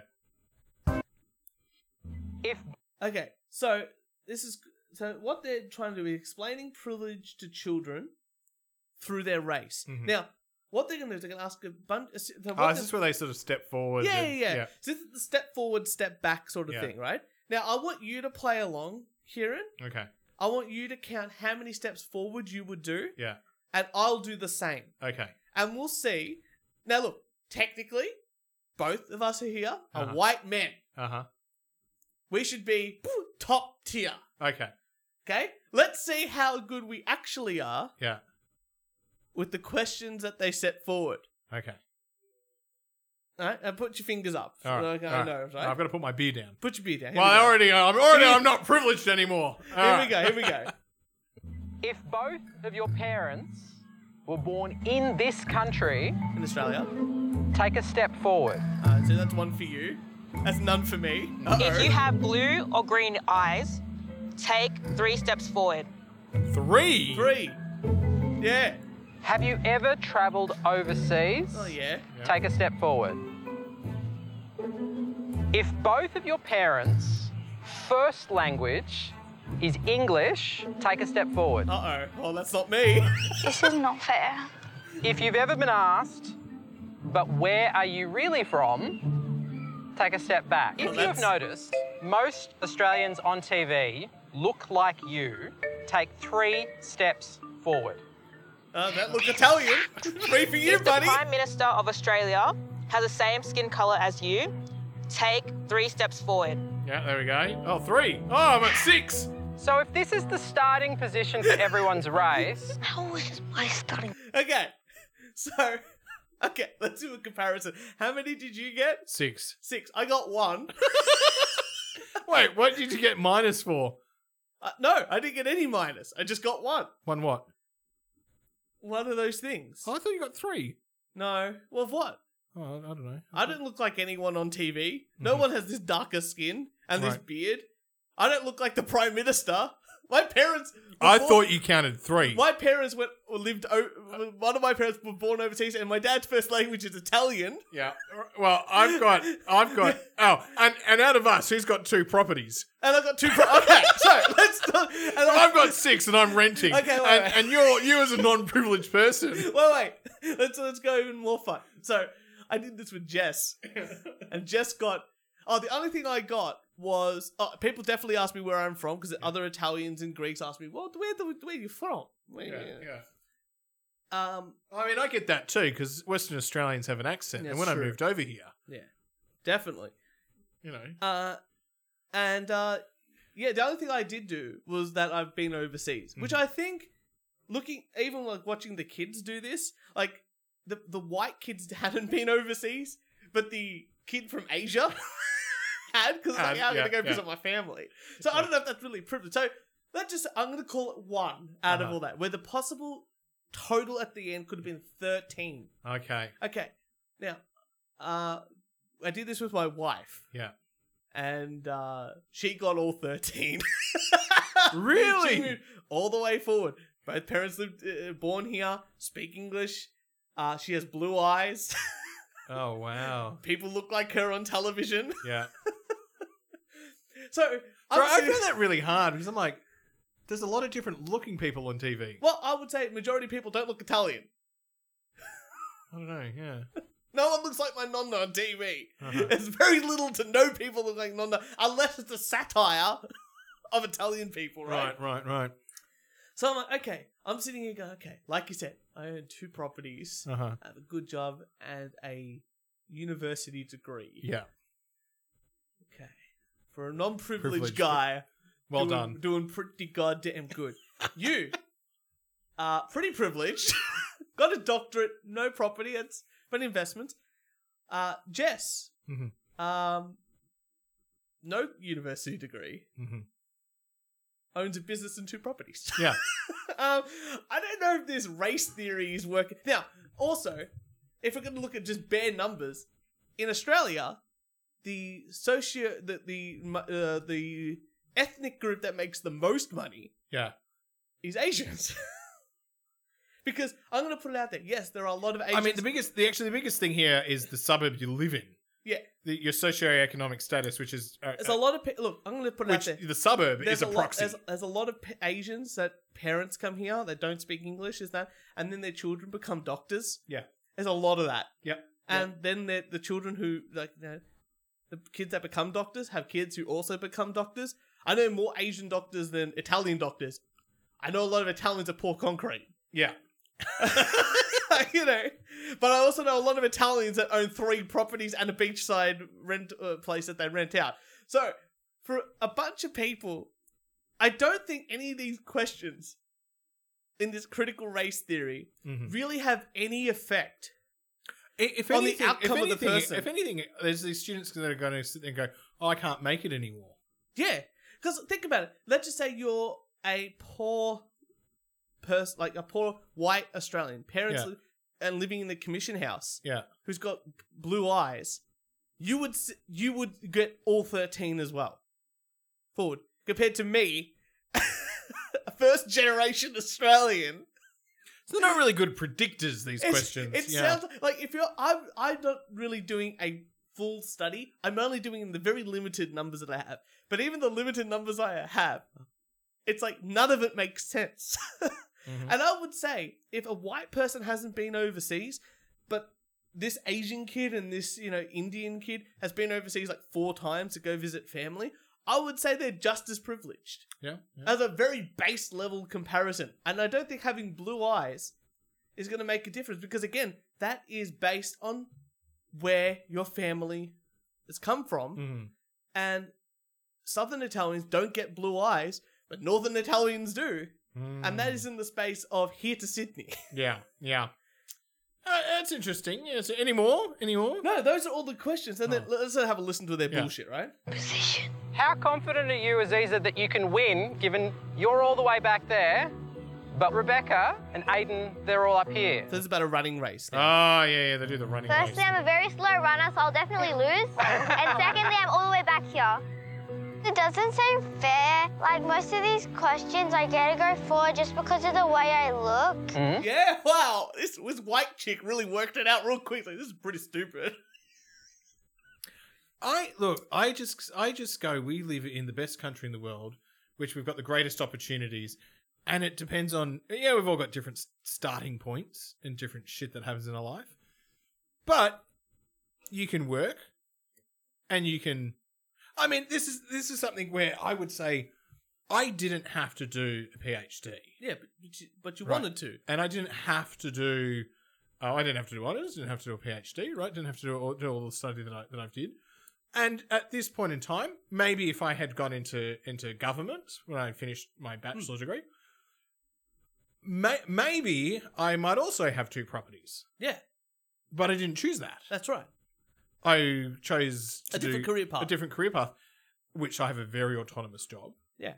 Speaker 3: If
Speaker 1: Okay, so this is so what they're trying to do is explaining privilege to children through their race.
Speaker 2: Mhm.
Speaker 1: Now, what they're going to do is they're going to ask a bunch. So what
Speaker 2: Oh, is
Speaker 1: they're-
Speaker 2: this where they sort of step forward?
Speaker 1: yeah, yeah,
Speaker 2: and-
Speaker 1: yeah, So this is the step forward, step back sort of
Speaker 2: Yeah.
Speaker 1: thing, right? Now, I want you to play along, Kieran.
Speaker 2: yeah. Okay.
Speaker 1: I want you to count how many steps forward you would do,
Speaker 2: Yeah.
Speaker 1: and I'll do the same,
Speaker 2: Okay.
Speaker 1: and we'll see. Now, look, technically, both of us are here are
Speaker 2: Uh-huh.
Speaker 1: white men.
Speaker 2: Uh huh.
Speaker 1: We should be top tier.
Speaker 2: Okay.
Speaker 1: Okay, let's see how good we actually are
Speaker 2: Yeah.
Speaker 1: with the questions that they set forward.
Speaker 2: Okay.
Speaker 1: All right, and put your fingers up.
Speaker 2: All right.
Speaker 1: Like, I
Speaker 2: All right.
Speaker 1: know, right?
Speaker 2: I've got to put my beard down.
Speaker 1: Put your beer down. Here
Speaker 2: well, I
Speaker 1: we
Speaker 2: already, I'm already,
Speaker 1: Here-
Speaker 2: I'm not privileged anymore.
Speaker 1: go.
Speaker 2: All right.
Speaker 1: Here we go. Here we go.
Speaker 3: if both of your parents were born in this country,
Speaker 1: In Australia,
Speaker 3: take a step forward.
Speaker 1: uh, so that's one for you. That's none for me.
Speaker 4: If
Speaker 1: Uh-oh.
Speaker 4: you have blue or green eyes, take three steps forward.
Speaker 2: Three.
Speaker 1: three, yeah,
Speaker 3: Have you ever travelled overseas?
Speaker 1: oh yeah,
Speaker 3: Take a step forward. If both of your parents' first language is English, take a step forward.
Speaker 1: uh oh, oh that's not me.
Speaker 5: This is not fair.
Speaker 3: If you've ever been asked, but where are you really from? Take a step back. If you have
Speaker 1: that's-
Speaker 3: noticed, most Australians on TV look like you. Take three steps forward.
Speaker 1: Uh, that looked Italian. Three for you,
Speaker 4: if the
Speaker 1: buddy.
Speaker 4: Prime Minister of Australia has the same skin colour as you, take three steps forward.
Speaker 2: Yeah, there we go. Oh, three. Oh, I'm at six.
Speaker 3: So if this is the starting position for everyone's race,
Speaker 5: How is my starting?
Speaker 1: Okay, so okay, let's do a comparison. How many did you get?
Speaker 2: Six.
Speaker 1: Six. I got one.
Speaker 2: Wait, what did you get minus for?
Speaker 1: Uh, no, I didn't get any minus. I just got one.
Speaker 2: One what?
Speaker 1: One of those things.
Speaker 2: Oh, I thought you got three.
Speaker 1: No. Well, what?
Speaker 2: Oh, I I don't know.
Speaker 1: I don't look like anyone on TV. No one has this darker skin and this
Speaker 2: Mm-hmm. Right.
Speaker 1: beard. I don't look like the Prime Minister. My parents.
Speaker 2: I
Speaker 1: before-
Speaker 2: thought you counted three.
Speaker 1: my parents went lived. O- one of my parents were born overseas, and my dad's first language is Italian.
Speaker 2: Yeah. Well, I've got, I've got. Oh, and and out of us, who's got two properties?
Speaker 1: And I've got two. Pro- okay, so let's. Talk, and I-
Speaker 2: I've got six, and I'm renting.
Speaker 1: Okay, wait,
Speaker 2: and,
Speaker 1: wait.
Speaker 2: and you're you as a non-privileged person.
Speaker 1: Wait, wait. Let's let's go even more fun. So I did this with Jess, and Jess got. Oh, the only thing I got was oh, people definitely asked me where I'm from because other Italians and Greeks asked me, "Well, where the, where you from?" Where you- Um,
Speaker 2: I mean, I get that too because Western Australians have an accent,
Speaker 1: That's
Speaker 2: and when
Speaker 1: true.
Speaker 2: I moved over here,
Speaker 1: definitely.
Speaker 2: you know,
Speaker 1: Uh, and uh, yeah, the only thing I did do was that I've been overseas, which
Speaker 2: Mm-hmm.
Speaker 1: I think, looking even like watching the kids do this, like the the white kids hadn't been overseas, but the kid from Asia had because like,
Speaker 2: Had,
Speaker 1: "Yeah, I'm
Speaker 2: yeah,
Speaker 1: gonna go
Speaker 2: yeah.
Speaker 1: visit my family. So I don't know if that's really privileged. So that just I'm gonna call it one out of
Speaker 2: Uh-huh. Mm.
Speaker 1: all that, where the possible total at the end could have been thirteen.
Speaker 2: okay,
Speaker 1: Okay. Now, uh, I did this with my wife.
Speaker 2: Yeah.
Speaker 1: And uh, she got all 13.
Speaker 2: Really?
Speaker 1: She moved all the way forward. Both parents lived, uh, born here, speak English. Uh, she has blue eyes.
Speaker 2: oh wow,
Speaker 1: People look like her on television.
Speaker 2: yeah.
Speaker 1: So,
Speaker 2: Bro, I
Speaker 1: obviously-
Speaker 2: found that really hard because I'm like, there's a lot of different looking people on TV.
Speaker 1: well, I would say majority of people don't look Italian.
Speaker 2: I don't know. Yeah.
Speaker 1: No one looks like my nonna on TV.
Speaker 2: Uh-huh.
Speaker 1: There's very little to no people look like nonna, unless it's a satire of Italian people,
Speaker 2: Right, right, right.
Speaker 1: So I'm like, okay, I'm sitting here going, okay, like you said, I own two properties,
Speaker 2: Uh huh.
Speaker 1: I have a good job, and a university degree.
Speaker 2: Yeah.
Speaker 1: Okay. For a non privileged
Speaker 2: Privileged.
Speaker 1: guy,
Speaker 2: Well
Speaker 1: doing,
Speaker 2: done.
Speaker 1: Doing pretty goddamn good. you, uh, pretty privileged, got a doctorate, no property, it's but investments. Uh, Jess,
Speaker 2: Mhm.
Speaker 1: um, no university degree,
Speaker 2: hmm
Speaker 1: owns a business and two properties.
Speaker 2: Yeah.
Speaker 1: um, I don't know if this race theory is working. Now, also, if we're going to look at just bare numbers, in Australia, the socio the the mo- uh, the ethnic group that makes the most money
Speaker 2: Yeah.
Speaker 1: is Asians. because I'm going to put it out there. Yes, there are a lot of Asians.
Speaker 2: I mean, the biggest, the actually the biggest thing here is the suburb you live in.
Speaker 1: Yeah.
Speaker 2: The, your socioeconomic status, which is uh,
Speaker 1: there's
Speaker 2: uh,
Speaker 1: a lot of pe- look. I'm going to put it out
Speaker 2: which
Speaker 1: there.
Speaker 2: the suburb is a,
Speaker 1: lot-
Speaker 2: proxy.
Speaker 1: there's, there's a lot of p- Asians that parents come here that don't speak English, is that, and then their children become doctors.
Speaker 2: Yeah.
Speaker 1: there's a lot of that.
Speaker 2: Yep.
Speaker 1: And then the the children who like you know, the kids that become doctors have kids who also become doctors. I know more Asian doctors than Italian doctors. I know a lot of Italians are poor concrete.
Speaker 2: Yeah.
Speaker 1: you know, but I also know a lot of Italians that own three properties and a beachside rent uh, place that they rent out. So, for a bunch of people, I don't think any of these questions in this critical race theory
Speaker 2: Mhm.
Speaker 1: really have any effect.
Speaker 2: If
Speaker 1: Mm-hmm. on the outcome of the
Speaker 2: anything-
Speaker 1: person.
Speaker 2: If anything, there's these students that are going to sit there and go, "Oh, I can't make it anymore."
Speaker 1: Yeah, because think about it. Let's just say you're a poor person, like a poor white Australian, parents
Speaker 2: Yeah.
Speaker 1: li- and living in the commission house.
Speaker 2: Yeah.
Speaker 1: who's got blue eyes, you would s- you would get all thirteen as well. Forward compared to me, a first generation Australian.
Speaker 2: So they're not really good predictors. These
Speaker 1: It's-
Speaker 2: questions.
Speaker 1: It
Speaker 2: yeah.
Speaker 1: sounds like if you're, I'm I'm not really doing a full study. I'm only doing the very limited numbers that I have. But even the limited numbers I have, it's like none of it makes sense.
Speaker 2: Mhm.
Speaker 1: And I would say if a white person hasn't been overseas, but this Asian kid and this, you know, Indian kid has been overseas like four times to go visit family, I would say they're just as privileged
Speaker 2: yeah. yeah.
Speaker 1: as a very base level comparison. And I don't think having blue eyes is going to make a difference because, again, that is based on where your family has come from.
Speaker 2: Mhm.
Speaker 1: And Southern Italians don't get blue eyes, but Northern Italians do. And that
Speaker 2: Mm.
Speaker 1: is in the space of here to Sydney.
Speaker 2: Yeah. Yeah. Uh, that's interesting. Yeah, so any more? Any more?
Speaker 1: no, those are all the questions. And then let's have a listen to their
Speaker 2: Yeah.
Speaker 1: bullshit, right?
Speaker 5: Position.
Speaker 3: How confident are you, Aziza, that you can win, given you're all the way back there, but Rebecca and Aiden, they're all up here?
Speaker 1: So this is about a running race. now.
Speaker 2: Oh, yeah, yeah, they do the running.
Speaker 6: Firstly,
Speaker 2: race.
Speaker 6: I'm a very slow runner, so I'll definitely lose. and secondly, I'm all the way back here. It doesn't seem fair. Like most of these questions, I get to go for just because of the way I look.
Speaker 1: Yeah, wow. This was white chick really worked it out real quickly. This is pretty stupid.
Speaker 2: I look. I just I just go. We live in the best country in the world, which we've got the greatest opportunities, and it depends on yeah. We've all got different s- starting points and different shit that happens in our life, but you can work, and you can. I mean, this is this is something where I would say I didn't have to do a PhD,
Speaker 1: Yeah, but, but you, but you
Speaker 2: Right.
Speaker 1: wanted to.
Speaker 2: and I didn't have to do. Oh, I didn't have to do honors. Didn't have to do a PhD. Right. Didn't have to do all, do all the study that I that I've did. And at this point in time, maybe if I had gone into into government when I finished
Speaker 1: Hmm.
Speaker 2: my bachelor's degree, may, maybe I might also have two properties.
Speaker 1: Yeah,
Speaker 2: But I didn't choose that.
Speaker 1: that's right.
Speaker 2: I chose to
Speaker 1: A different
Speaker 2: do
Speaker 1: career path.
Speaker 2: A different career path, which I have a very autonomous job,
Speaker 1: Yeah,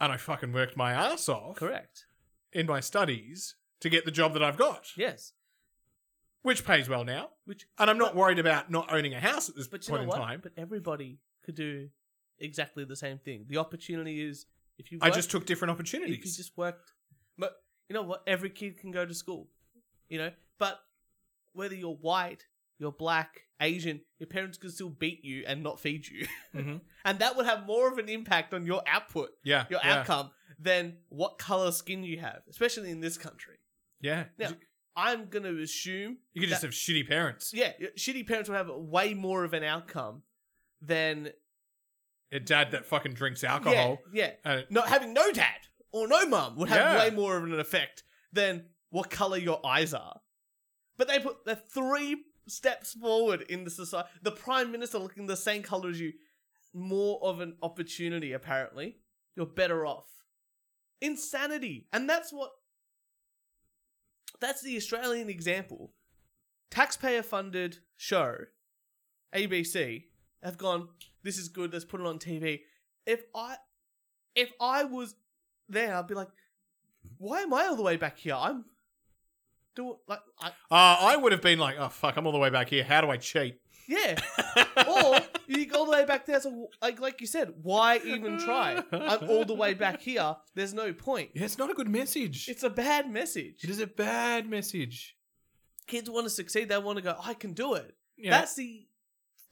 Speaker 2: and I fucking worked my ass off
Speaker 1: correct.
Speaker 2: in my studies to get the job that I've got,
Speaker 1: Yes.
Speaker 2: which pays well now.
Speaker 1: Which
Speaker 2: And I'm not worried about not owning a house at this
Speaker 1: But you
Speaker 2: point
Speaker 1: know
Speaker 2: in
Speaker 1: what?
Speaker 2: time.
Speaker 1: But everybody could do exactly the same thing. The opportunity is if you.
Speaker 2: I
Speaker 1: work-
Speaker 2: just took different opportunities.
Speaker 1: If you just worked, but you know what? Every kid can go to school, you know. But whether you're white, you're black, Asian, your parents can still beat you and not feed you,
Speaker 2: Mhm.
Speaker 1: and that would have more of an impact on your output,
Speaker 2: yeah,
Speaker 1: your
Speaker 2: yeah,
Speaker 1: outcome, than what color skin you have, especially in this country.
Speaker 2: Yeah,
Speaker 1: Now, I'm gonna assume
Speaker 2: you could just
Speaker 1: that-
Speaker 2: have shitty parents.
Speaker 1: yeah, shitty parents will have way more of an outcome than
Speaker 2: A dad that fucking drinks alcohol.
Speaker 1: Yeah, yeah.
Speaker 2: And
Speaker 1: not having no dad or no mum would have
Speaker 2: Yeah.
Speaker 1: way more of an effect than what color your eyes are. But they put the three steps forward in the society. The prime minister looking the same color as you, more of an opportunity. Apparently, you're better off. Insanity, and that's what. That's the Australian example. Taxpayer funded show, ABC, have gone, this is good, let's put it on TV. If I if I was there, I'd be like, why am I all the way back here? I'm doing like I
Speaker 2: uh, I would have been like, oh, fuck, I'm all the way back here. How do I cheat?
Speaker 1: yeah. or you go all the way back there, so like like you said, why even try? I'm all the way back here. There's no point.
Speaker 2: Yeah, it's not a good message.
Speaker 1: It's a bad message.
Speaker 2: It is a bad message.
Speaker 1: Kids want to succeed. They want to go. I can do it.
Speaker 2: Yeah.
Speaker 1: That's the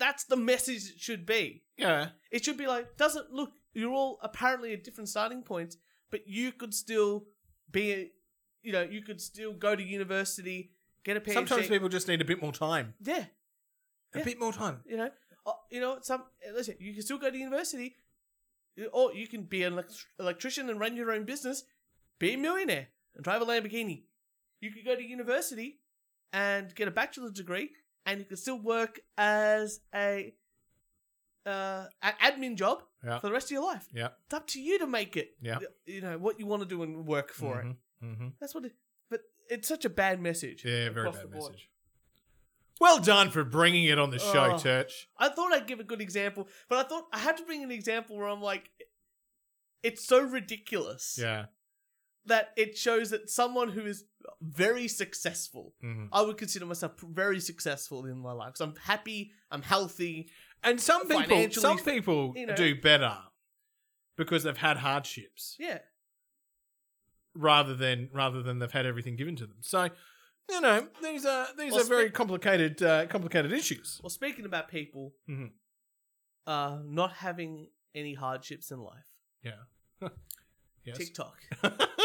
Speaker 1: that's the message it should be.
Speaker 2: yeah.
Speaker 1: It should be like, doesn't look, you're all apparently at different starting points, but you could still be, a, you know, you could still go to university, get a PhD.
Speaker 2: Sometimes people just need a bit more time.
Speaker 1: yeah,
Speaker 2: A
Speaker 1: Yeah.
Speaker 2: bit more time.
Speaker 1: you know, uh, you know, some, listen, you can still go to university, or you can be an elect- electrician and run your own business, be a millionaire and drive a Lamborghini. You could go to university and get a bachelor's degree, and you could still work as a, uh, an admin job
Speaker 2: Yeah.
Speaker 1: for the rest of your life
Speaker 2: Yeah.
Speaker 1: it's up to you to make it.
Speaker 2: Yeah.
Speaker 1: You know, what you want to do and work for it.
Speaker 2: Mm-hmm.
Speaker 1: That's what it, but it's such a bad message.
Speaker 2: Yeah, very
Speaker 1: across
Speaker 2: bad
Speaker 1: the board.
Speaker 2: message. Well done for bringing it on the show,
Speaker 1: Oh.
Speaker 2: Church.
Speaker 1: I thought I'd give a good example, but I thought I had to bring an example where I'm like, it's so ridiculous
Speaker 2: Yeah.
Speaker 1: that it shows that someone who is very successful,
Speaker 2: Mhm.
Speaker 1: I would consider myself very successful in my life because I'm happy, I'm healthy.
Speaker 2: And some people,
Speaker 1: Financially,
Speaker 2: some people
Speaker 1: you know.
Speaker 2: do better because they've had hardships
Speaker 1: Yeah.
Speaker 2: rather than rather than they've had everything given to them. So, you know, these are these
Speaker 1: Well,
Speaker 2: are very
Speaker 1: speak-
Speaker 2: complicated uh, complicated issues.
Speaker 1: Well, speaking about people
Speaker 2: Mhm.
Speaker 1: uh, not having any hardships in life,
Speaker 2: Yeah. yes.
Speaker 1: TikTok.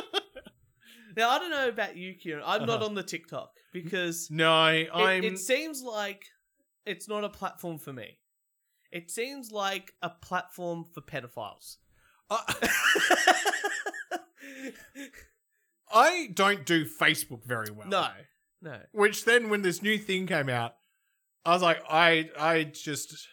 Speaker 1: Now I don't know about you, Kieran. I'm not
Speaker 2: Uh-huh.
Speaker 1: on the TikTok because
Speaker 2: no, I'm
Speaker 1: it, it seems like it's not a platform for me. It seems like a platform for pedophiles.
Speaker 2: I don't do Facebook very well.
Speaker 1: no, no.
Speaker 2: Which then, when this new thing came out, I was like, I, I just,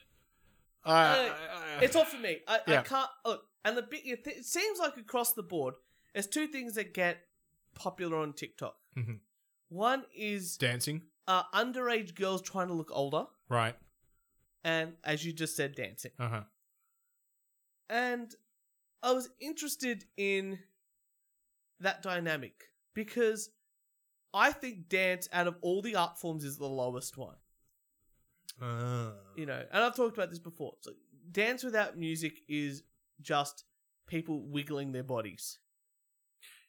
Speaker 2: I, I-
Speaker 1: Uh, It's not for me. I, I
Speaker 2: Yeah.
Speaker 1: can't look. And the big it seems like across the board, there's two things that get popular on TikTok.
Speaker 2: Mhm.
Speaker 1: One is
Speaker 2: dancing,
Speaker 1: uh, underage girls trying to look older,
Speaker 2: right?
Speaker 1: and as you just said, dancing.
Speaker 2: Uh huh.
Speaker 1: and I was interested in that dynamic because I think dance out of all the art forms is the lowest one,
Speaker 2: Uh,
Speaker 1: you know. And I've talked about this before. It's like Dance without music is just people wiggling their bodies.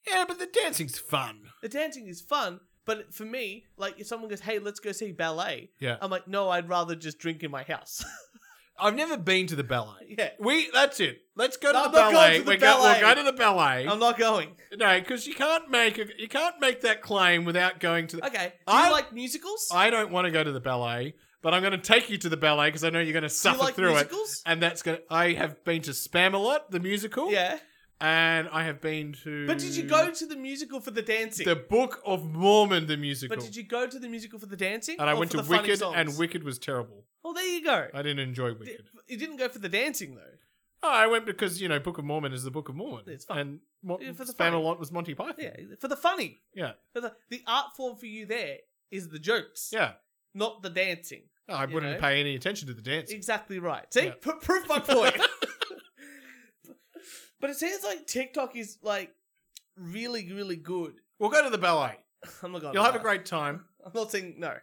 Speaker 2: Yeah, but the dancing's fun.
Speaker 1: The dancing is fun, but for me, like if someone goes, "Hey, let's go see ballet,"
Speaker 2: Yeah.
Speaker 1: I'm like, "No, I'd rather just drink in my house."
Speaker 2: I've never been to the ballet.
Speaker 1: yeah,
Speaker 2: We that's it. Let's go to
Speaker 1: No,
Speaker 2: the
Speaker 1: I'm not going
Speaker 2: ballet.
Speaker 1: to the
Speaker 2: we go, we'll
Speaker 1: ballet. Um,
Speaker 2: go to the ballet.
Speaker 1: I'm not going.
Speaker 2: no, because you can't make a, you can't make that claim without going to. The,
Speaker 1: Okay, do
Speaker 2: I-
Speaker 1: you like musicals?
Speaker 2: I don't want to go to the ballet, but I'm going to take you to the ballet because I know you're going to
Speaker 1: do
Speaker 2: suffer
Speaker 1: you like
Speaker 2: through
Speaker 1: musicals?
Speaker 2: it. And that's going. to I have been to Spamalot, the musical.
Speaker 1: Yeah,
Speaker 2: and I have been to.
Speaker 1: but did you go to the musical for the dancing?
Speaker 2: the Book of Mormon, the musical?
Speaker 1: But did you go to the musical for the dancing?
Speaker 2: and I
Speaker 1: or
Speaker 2: went
Speaker 1: for
Speaker 2: to
Speaker 1: the funny
Speaker 2: Wicked,
Speaker 1: songs?
Speaker 2: and Wicked was terrible.
Speaker 1: Well, there you go.
Speaker 2: I didn't enjoy Wicked.
Speaker 1: You didn't go for the dancing though.
Speaker 2: Oh, I went because you know Book of Mormon is the Book of Mormon.
Speaker 1: It's fun.
Speaker 2: And Mo-
Speaker 1: Yeah, for the fun.
Speaker 2: Spamalot was Monty Python.
Speaker 1: Yeah, for the funny.
Speaker 2: Yeah.
Speaker 1: For the, the art form for you there is the jokes,
Speaker 2: Yeah.
Speaker 1: not the dancing.
Speaker 2: No, Oh, I
Speaker 1: You
Speaker 2: wouldn't
Speaker 1: know?
Speaker 2: pay any attention to the dance.
Speaker 1: Exactly right. See,
Speaker 2: Yeah.
Speaker 1: P- proof my point. but it seems like TikTok is like really, really good.
Speaker 2: We'll go to the ballet.
Speaker 1: I'm not gonna.
Speaker 2: You'll have a
Speaker 1: lie.
Speaker 2: great time.
Speaker 1: I'm not saying no.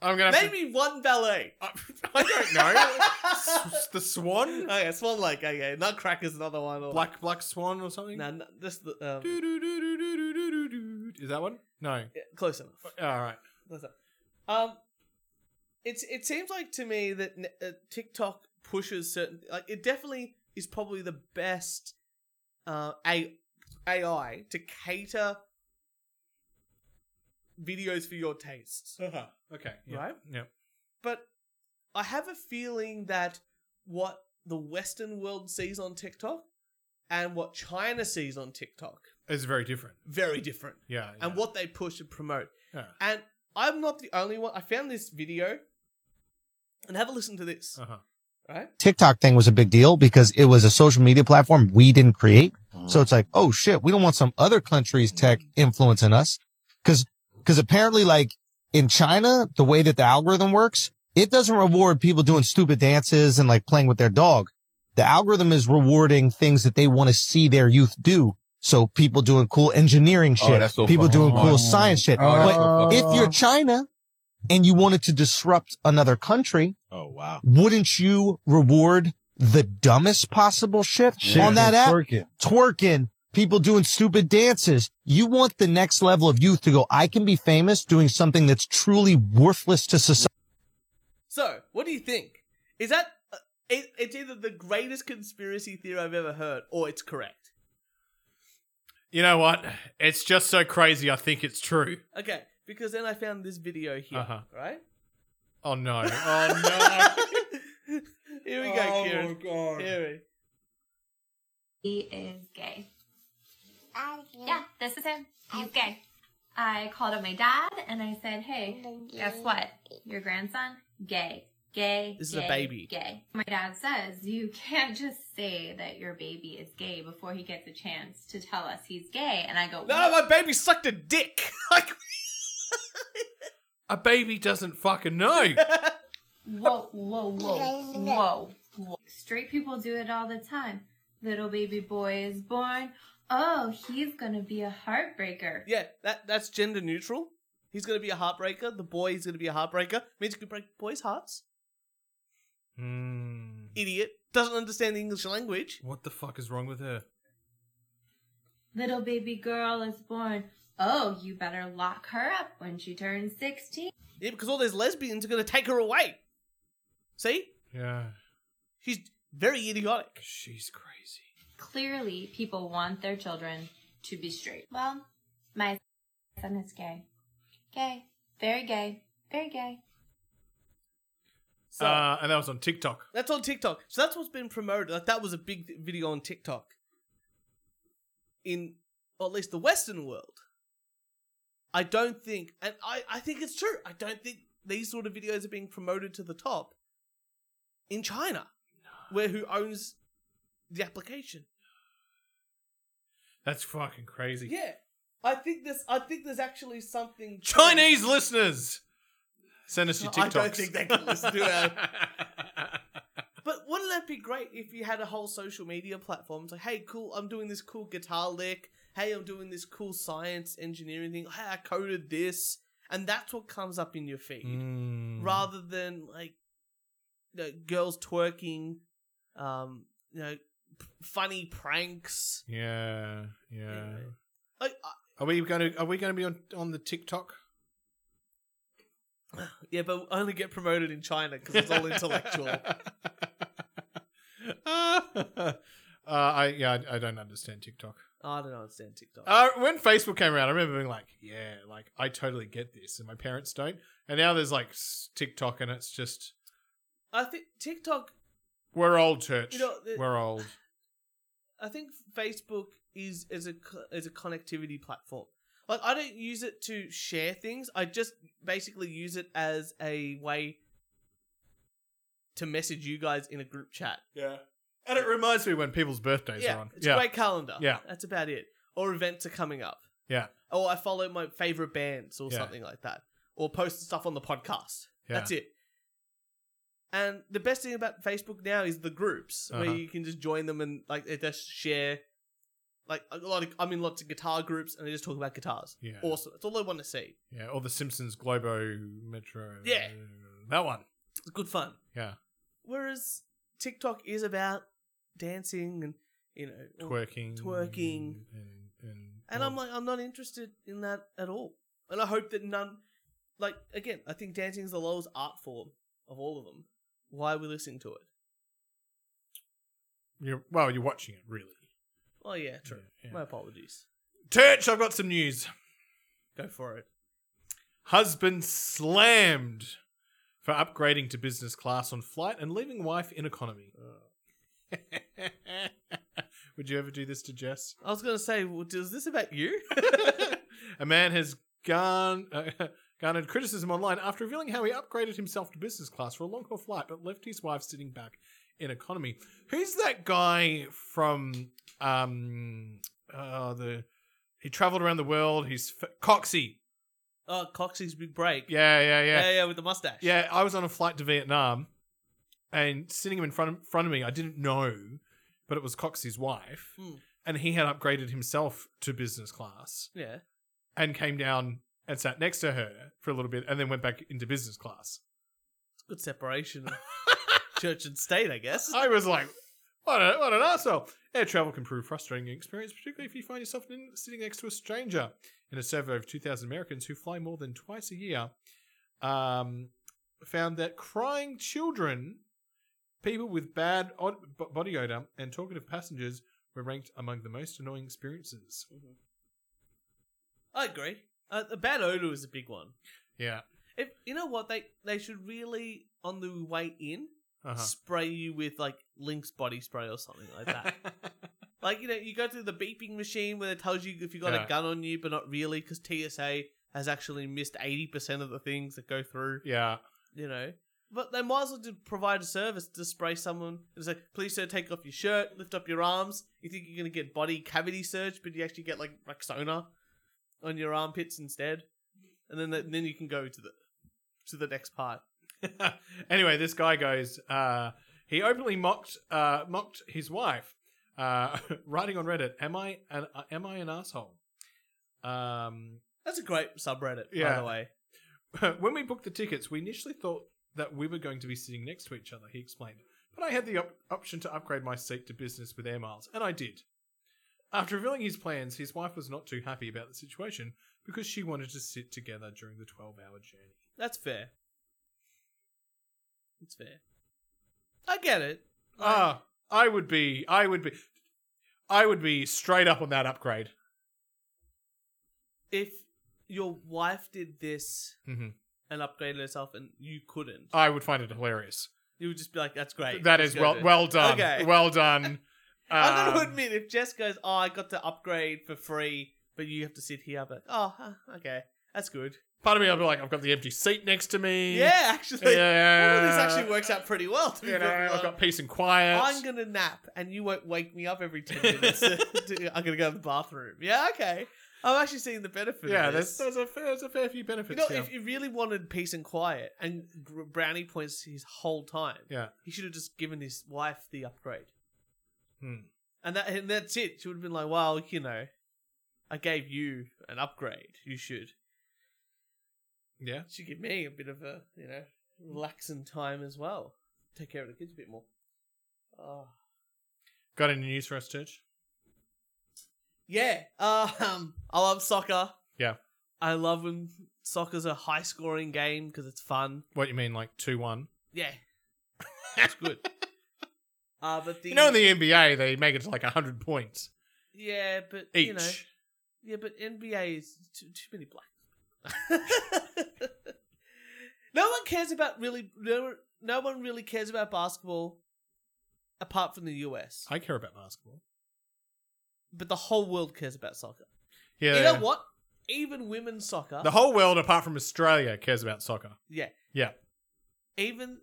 Speaker 2: I'm gonna have
Speaker 1: Maybe one ballet.
Speaker 2: To, I don't know. S- the Swan,
Speaker 1: okay, Swan Lake. Okay, Nutcracker's another one. Or
Speaker 2: Black Black Swan, or something.
Speaker 1: No, no, this the um,
Speaker 2: Do-do-do-do-do-do-do-do. Is that one? No.
Speaker 1: yeah, close enough.
Speaker 2: All right.
Speaker 1: Close enough. Um, it's it seems like to me that n- uh, TikTok pushes certain like it definitely is probably the best uh, A- AI to cater videos for your tastes,
Speaker 2: Uh-huh. Okay. Yeah.
Speaker 1: Right?
Speaker 2: Yep.
Speaker 1: but I have a feeling that what the Western world sees on TikTok and what China sees on TikTok
Speaker 2: It's very different.
Speaker 1: very different.
Speaker 2: Yeah.
Speaker 1: and
Speaker 2: yeah.
Speaker 1: what they push and promote.
Speaker 2: Yeah.
Speaker 1: And I'm not the only one. I found this video and have a listen to this,
Speaker 2: Uh-huh.
Speaker 1: right?
Speaker 7: TikTok thing was a big deal because it was a social media platform we didn't create.
Speaker 8: Mm-hmm.
Speaker 7: So it's like, oh shit, we don't want some other country's tech influencing us. Cause, cause apparently like in China, the way that the algorithm works, it doesn't reward people doing stupid dances and like playing with their dog. The algorithm is rewarding things that they want to see their youth do. So people doing cool engineering
Speaker 8: Oh,
Speaker 7: shit,
Speaker 8: that's so
Speaker 7: people
Speaker 8: fucking
Speaker 7: doing cool
Speaker 8: smart.
Speaker 7: science shit.
Speaker 8: Oh, that's
Speaker 7: but
Speaker 8: so fucking-
Speaker 7: if you're China and you wanted to disrupt another country,
Speaker 8: oh wow.
Speaker 7: wouldn't you reward the dumbest possible shit on that app?
Speaker 9: Twerking.
Speaker 7: Twerking, people doing stupid dances. You want the next level of youth to go, I can be famous doing something that's truly worthless to society.
Speaker 1: So, what do you think? Is that uh, it, it's either the greatest conspiracy theory I've ever heard, or it's correct?
Speaker 2: You know what? It's just so crazy. I think it's true.
Speaker 1: Okay, because then I found this video here,
Speaker 2: Uh-huh.
Speaker 1: right?
Speaker 2: Oh no! Oh
Speaker 1: here
Speaker 2: no!
Speaker 1: we go,
Speaker 2: oh my
Speaker 1: Kieran.
Speaker 2: god!
Speaker 1: Here we.
Speaker 10: He is gay. Yeah, this is him. He's gay. I called up my dad and I said, hey, guess what? Your grandson, gay. Gay.
Speaker 1: This is a
Speaker 10: gay,
Speaker 1: baby.
Speaker 10: Gay. My dad says, you can't just say that your baby is gay before he gets a chance to tell us he's gay. And I go,
Speaker 1: No, my baby sucked a dick. like,
Speaker 2: A baby doesn't fucking know.
Speaker 10: whoa, whoa, whoa, whoa, whoa. Straight people do it all the time. Little baby boy is born. Oh, he's gonna be a heartbreaker.
Speaker 1: yeah, that that's gender neutral. He's gonna be a heartbreaker. The boy is gonna be a heartbreaker. Means you can break boys' hearts.
Speaker 2: Hmm.
Speaker 1: Idiot doesn't understand the English language.
Speaker 2: What the fuck is wrong with her?
Speaker 10: Little baby girl is born. Oh, you better lock her up when she turns 16.
Speaker 1: Yeah, because all those lesbians are going to take her away. See?
Speaker 2: Yeah,
Speaker 1: She's very idiotic.
Speaker 2: she's crazy.
Speaker 10: Clearly, people want their children to be straight. Well, my son is gay. Gay. Very gay. Very gay.
Speaker 1: So
Speaker 2: uh, and that was on TikTok.
Speaker 1: that's on TikTok. So that's what's been promoted. Like that was a big video on TikTok. In or at least the Western world. I don't think and I, I think it's true. I don't think these sort of videos are being promoted to the top in China. Where who owns the application.
Speaker 2: That's fucking crazy.
Speaker 1: Yeah. I think there's I think there's actually something to-
Speaker 2: Chinese listeners, send us your
Speaker 1: I
Speaker 2: TikToks.
Speaker 1: don't think they can listen to But wouldn't that be great if you had a whole social media platform? It's like, hey, cool, I'm doing this cool guitar lick. Hey, I'm doing this cool science engineering thing. Hey, I coded this, and that's what comes up in your feed,
Speaker 2: Hmm.
Speaker 1: rather than like the girls twerking um, you know, p- funny pranks.
Speaker 2: Yeah, yeah.
Speaker 1: Anyway. Like, I-
Speaker 2: Are we going to? Are we going to be on on the TikTok?
Speaker 1: yeah, but I only get promoted in China because it's all intellectual.
Speaker 2: uh, I yeah, I, I don't understand TikTok.
Speaker 1: I don't understand TikTok.
Speaker 2: Uh, when Facebook came around, I remember being like, "Yeah, like I totally get this," and my parents don't. And now there's like s- TikTok, and it's just
Speaker 1: I think TikTok
Speaker 2: we're old church.
Speaker 1: You know, the-
Speaker 2: we're old.
Speaker 1: I think Facebook is as a co- as a connectivity platform. Like I don't use it to share things. I just basically use it as a way to message you guys in a group chat.
Speaker 2: Yeah, and it reminds me when people's birthdays are
Speaker 1: yeah,
Speaker 2: on.
Speaker 1: it's
Speaker 2: Yeah,
Speaker 1: a great calendar.
Speaker 2: Yeah.
Speaker 1: that's about it. Or events are coming up.
Speaker 2: yeah,
Speaker 1: Or I follow my favorite bands or
Speaker 2: Yeah.
Speaker 1: something like that. Or post stuff on the podcast.
Speaker 2: Yeah.
Speaker 1: That's it. And the best thing about Facebook now is the groups where
Speaker 2: Uh-huh.
Speaker 1: you can just join them and like they just share. Like a lot of, I'm in lots of guitar groups and they just talk about guitars.
Speaker 2: Yeah.
Speaker 1: Awesome. That's all I want to see.
Speaker 2: yeah. Or the Simpsons Globo Metro.
Speaker 1: Yeah.
Speaker 2: that one.
Speaker 1: It's good fun.
Speaker 2: Yeah,
Speaker 1: Whereas TikTok is about dancing and you know all-
Speaker 2: twerking,
Speaker 1: Uh, twerking.
Speaker 2: and and,
Speaker 1: And I'm like, I'm not interested in that at all. And I hope that none, like, again, I think dancing is the lowest art form of all of them. Why are we listening to it?
Speaker 2: you're, well, you're watching it really.
Speaker 1: Oh, yeah, true.
Speaker 2: Yeah, yeah.
Speaker 1: My apologies.
Speaker 2: Church, I've got some news.
Speaker 1: Go for it.
Speaker 2: Husband slammed for upgrading to business class on flight and leaving wife in economy.
Speaker 1: Uh.
Speaker 2: Would you ever do this to Jess?
Speaker 1: I was going to say, well, is this about you?
Speaker 2: a man has garn, uh, garnered criticism online after revealing how he upgraded himself to business class for a long haul flight but left his wife sitting back in economy. Who's that guy from um uh, the he traveled around the world, he's f- Coxie.
Speaker 1: oh, Coxie's big break.
Speaker 2: Yeah, yeah,
Speaker 1: yeah,
Speaker 2: yeah.
Speaker 1: yeah, with the mustache.
Speaker 2: Yeah, I was on a flight to Vietnam and sitting him in front of, front of me, I didn't know, but it was Coxie's wife.
Speaker 1: Mm.
Speaker 2: And he had upgraded himself to business class
Speaker 1: Yeah.
Speaker 2: and came down and sat next to her for a little bit and then went back into business class.
Speaker 1: It's good separation of church and state, I guess.
Speaker 2: I was like, what, a, what an asshole. Air travel can prove frustrating experience, particularly if you find yourself in, sitting next to a stranger. In a survey of 2,000 Americans who fly more than twice a year, um, found that crying children, people with bad od- b- body odor, and talkative passengers were ranked among the most annoying experiences.
Speaker 1: I agree. Uh, the bad odor is a big one.
Speaker 2: Yeah.
Speaker 1: If You know what? They, they should really, on the way in,
Speaker 2: Uh-huh.
Speaker 1: spray you with like Lynx body spray or something like that. like you know, you go through the beeping machine where it tells you if you got
Speaker 2: Yeah.
Speaker 1: a gun on you, but not really, because TSA has actually missed eighty percent of the things that go through.
Speaker 2: yeah.
Speaker 1: You know, but they might as well just provide a service to spray someone. It's like, please sir, take off your shirt, lift up your arms. You think you're gonna get body cavity search, but you actually get like Rexona on your armpits instead, and then the, then you can go to the to the next part.
Speaker 2: anyway, this guy goes. Uh, he openly mocked uh, mocked his wife, uh, writing on Reddit, "Am I an uh, am I an asshole?" Um,
Speaker 1: That's a great subreddit, by
Speaker 2: Yeah.
Speaker 1: the way.
Speaker 2: when we booked the tickets, we initially thought that we were going to be sitting next to each other. He explained, but I had the op- option to upgrade my seat to business with air miles, and I did. After revealing his plans, his wife was not too happy about the situation because she wanted to sit together during the twelve-hour journey.
Speaker 1: That's fair. It's fair. I get it.
Speaker 2: Ah, I would be, I would be, I would be straight up on that upgrade.
Speaker 1: If your wife did this
Speaker 2: Mm-hmm.
Speaker 1: and upgraded herself and you couldn't,
Speaker 2: I would find it hilarious.
Speaker 1: you would just be like, that's great.
Speaker 2: that
Speaker 1: let's
Speaker 2: is
Speaker 1: go
Speaker 2: well,
Speaker 1: do it."
Speaker 2: well done,
Speaker 1: Okay.
Speaker 2: well done.
Speaker 1: I'm going
Speaker 2: Um,
Speaker 1: to admit, if Jess goes, oh, I got to upgrade for free, but you have to sit here, but, oh, huh, okay. That's good.
Speaker 2: part of me, I'd be like, I've got the empty seat next to me.
Speaker 1: Yeah, actually.
Speaker 2: yeah.
Speaker 1: all of this actually works out pretty well, to be
Speaker 2: You know,
Speaker 1: perfectly
Speaker 2: I've got
Speaker 1: honest.
Speaker 2: peace and quiet.
Speaker 1: I'm going to nap and you won't wake me up every 10 minutes. to- I'm going to go to the bathroom. Yeah, okay. I'm actually seeing the benefit
Speaker 2: yeah,
Speaker 1: of this.
Speaker 2: there's, there's a fair, there's a fair few
Speaker 1: You
Speaker 2: benefits.
Speaker 1: know,
Speaker 2: yeah.
Speaker 1: if you really wanted peace and quiet, and Br- Brownie points his whole time,
Speaker 2: yeah.
Speaker 1: he should have just given his wife the upgrade,
Speaker 2: Hmm.
Speaker 1: and that and that's it. She would have been like, "Well, you know, I gave you an upgrade. You should
Speaker 2: yeah,
Speaker 1: you should give me a bit of a you know relaxing time as well. Take care of the kids a bit more." Oh.
Speaker 2: Got any news for us, Church?
Speaker 1: Yeah. Um, I love soccer.
Speaker 2: Yeah.
Speaker 1: I love when soccer's a high scoring game because it's fun.
Speaker 2: What you mean, like two one?
Speaker 1: Yeah. That's good. Uh, but the,
Speaker 2: You know, in the NBA, they make it to like hundred points
Speaker 1: yeah, but
Speaker 2: each.
Speaker 1: you know, yeah, but NBA is too, too many blacks. no one cares about really no, no one really cares about basketball apart from the US.
Speaker 2: I care about basketball.
Speaker 1: but the whole world cares about soccer.
Speaker 2: Yeah,
Speaker 1: You know what? Even women's soccer.
Speaker 2: the whole world, apart from Australia, cares about soccer.
Speaker 1: yeah.
Speaker 2: Yeah,
Speaker 1: even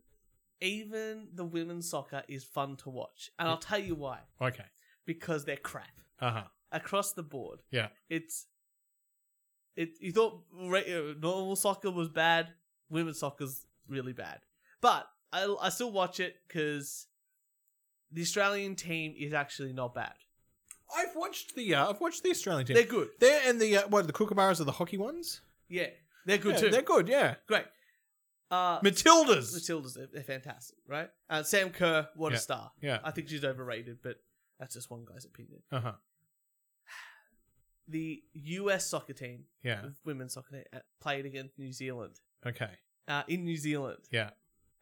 Speaker 1: even the women's soccer is fun to watch and i'll tell you why
Speaker 2: okay,
Speaker 1: because they're crap
Speaker 2: uh huh,
Speaker 1: across the board
Speaker 2: yeah,
Speaker 1: it's it you thought re- uh, normal soccer was bad women's soccer's really bad but i, I still watch it because the australian team is actually not bad
Speaker 2: I've watched the uh, I've watched the Australian team.
Speaker 1: they're good
Speaker 2: They're and the uh, what the Kookaburras are the hockey ones.
Speaker 1: yeah they're good
Speaker 2: Yeah,
Speaker 1: too
Speaker 2: They're good. Yeah,
Speaker 1: great uh
Speaker 2: Matildas.
Speaker 1: matilda's they're, they're fantastic right uh, sam kerr what
Speaker 2: Yeah.
Speaker 1: a star
Speaker 2: Yeah.
Speaker 1: i think she's overrated but that's just one guy's opinion
Speaker 2: uh huh.
Speaker 1: the US soccer team,
Speaker 2: Yeah.
Speaker 1: women's soccer team, uh, played against New Zealand
Speaker 2: Okay.
Speaker 1: uh, in New Zealand,
Speaker 2: Yeah.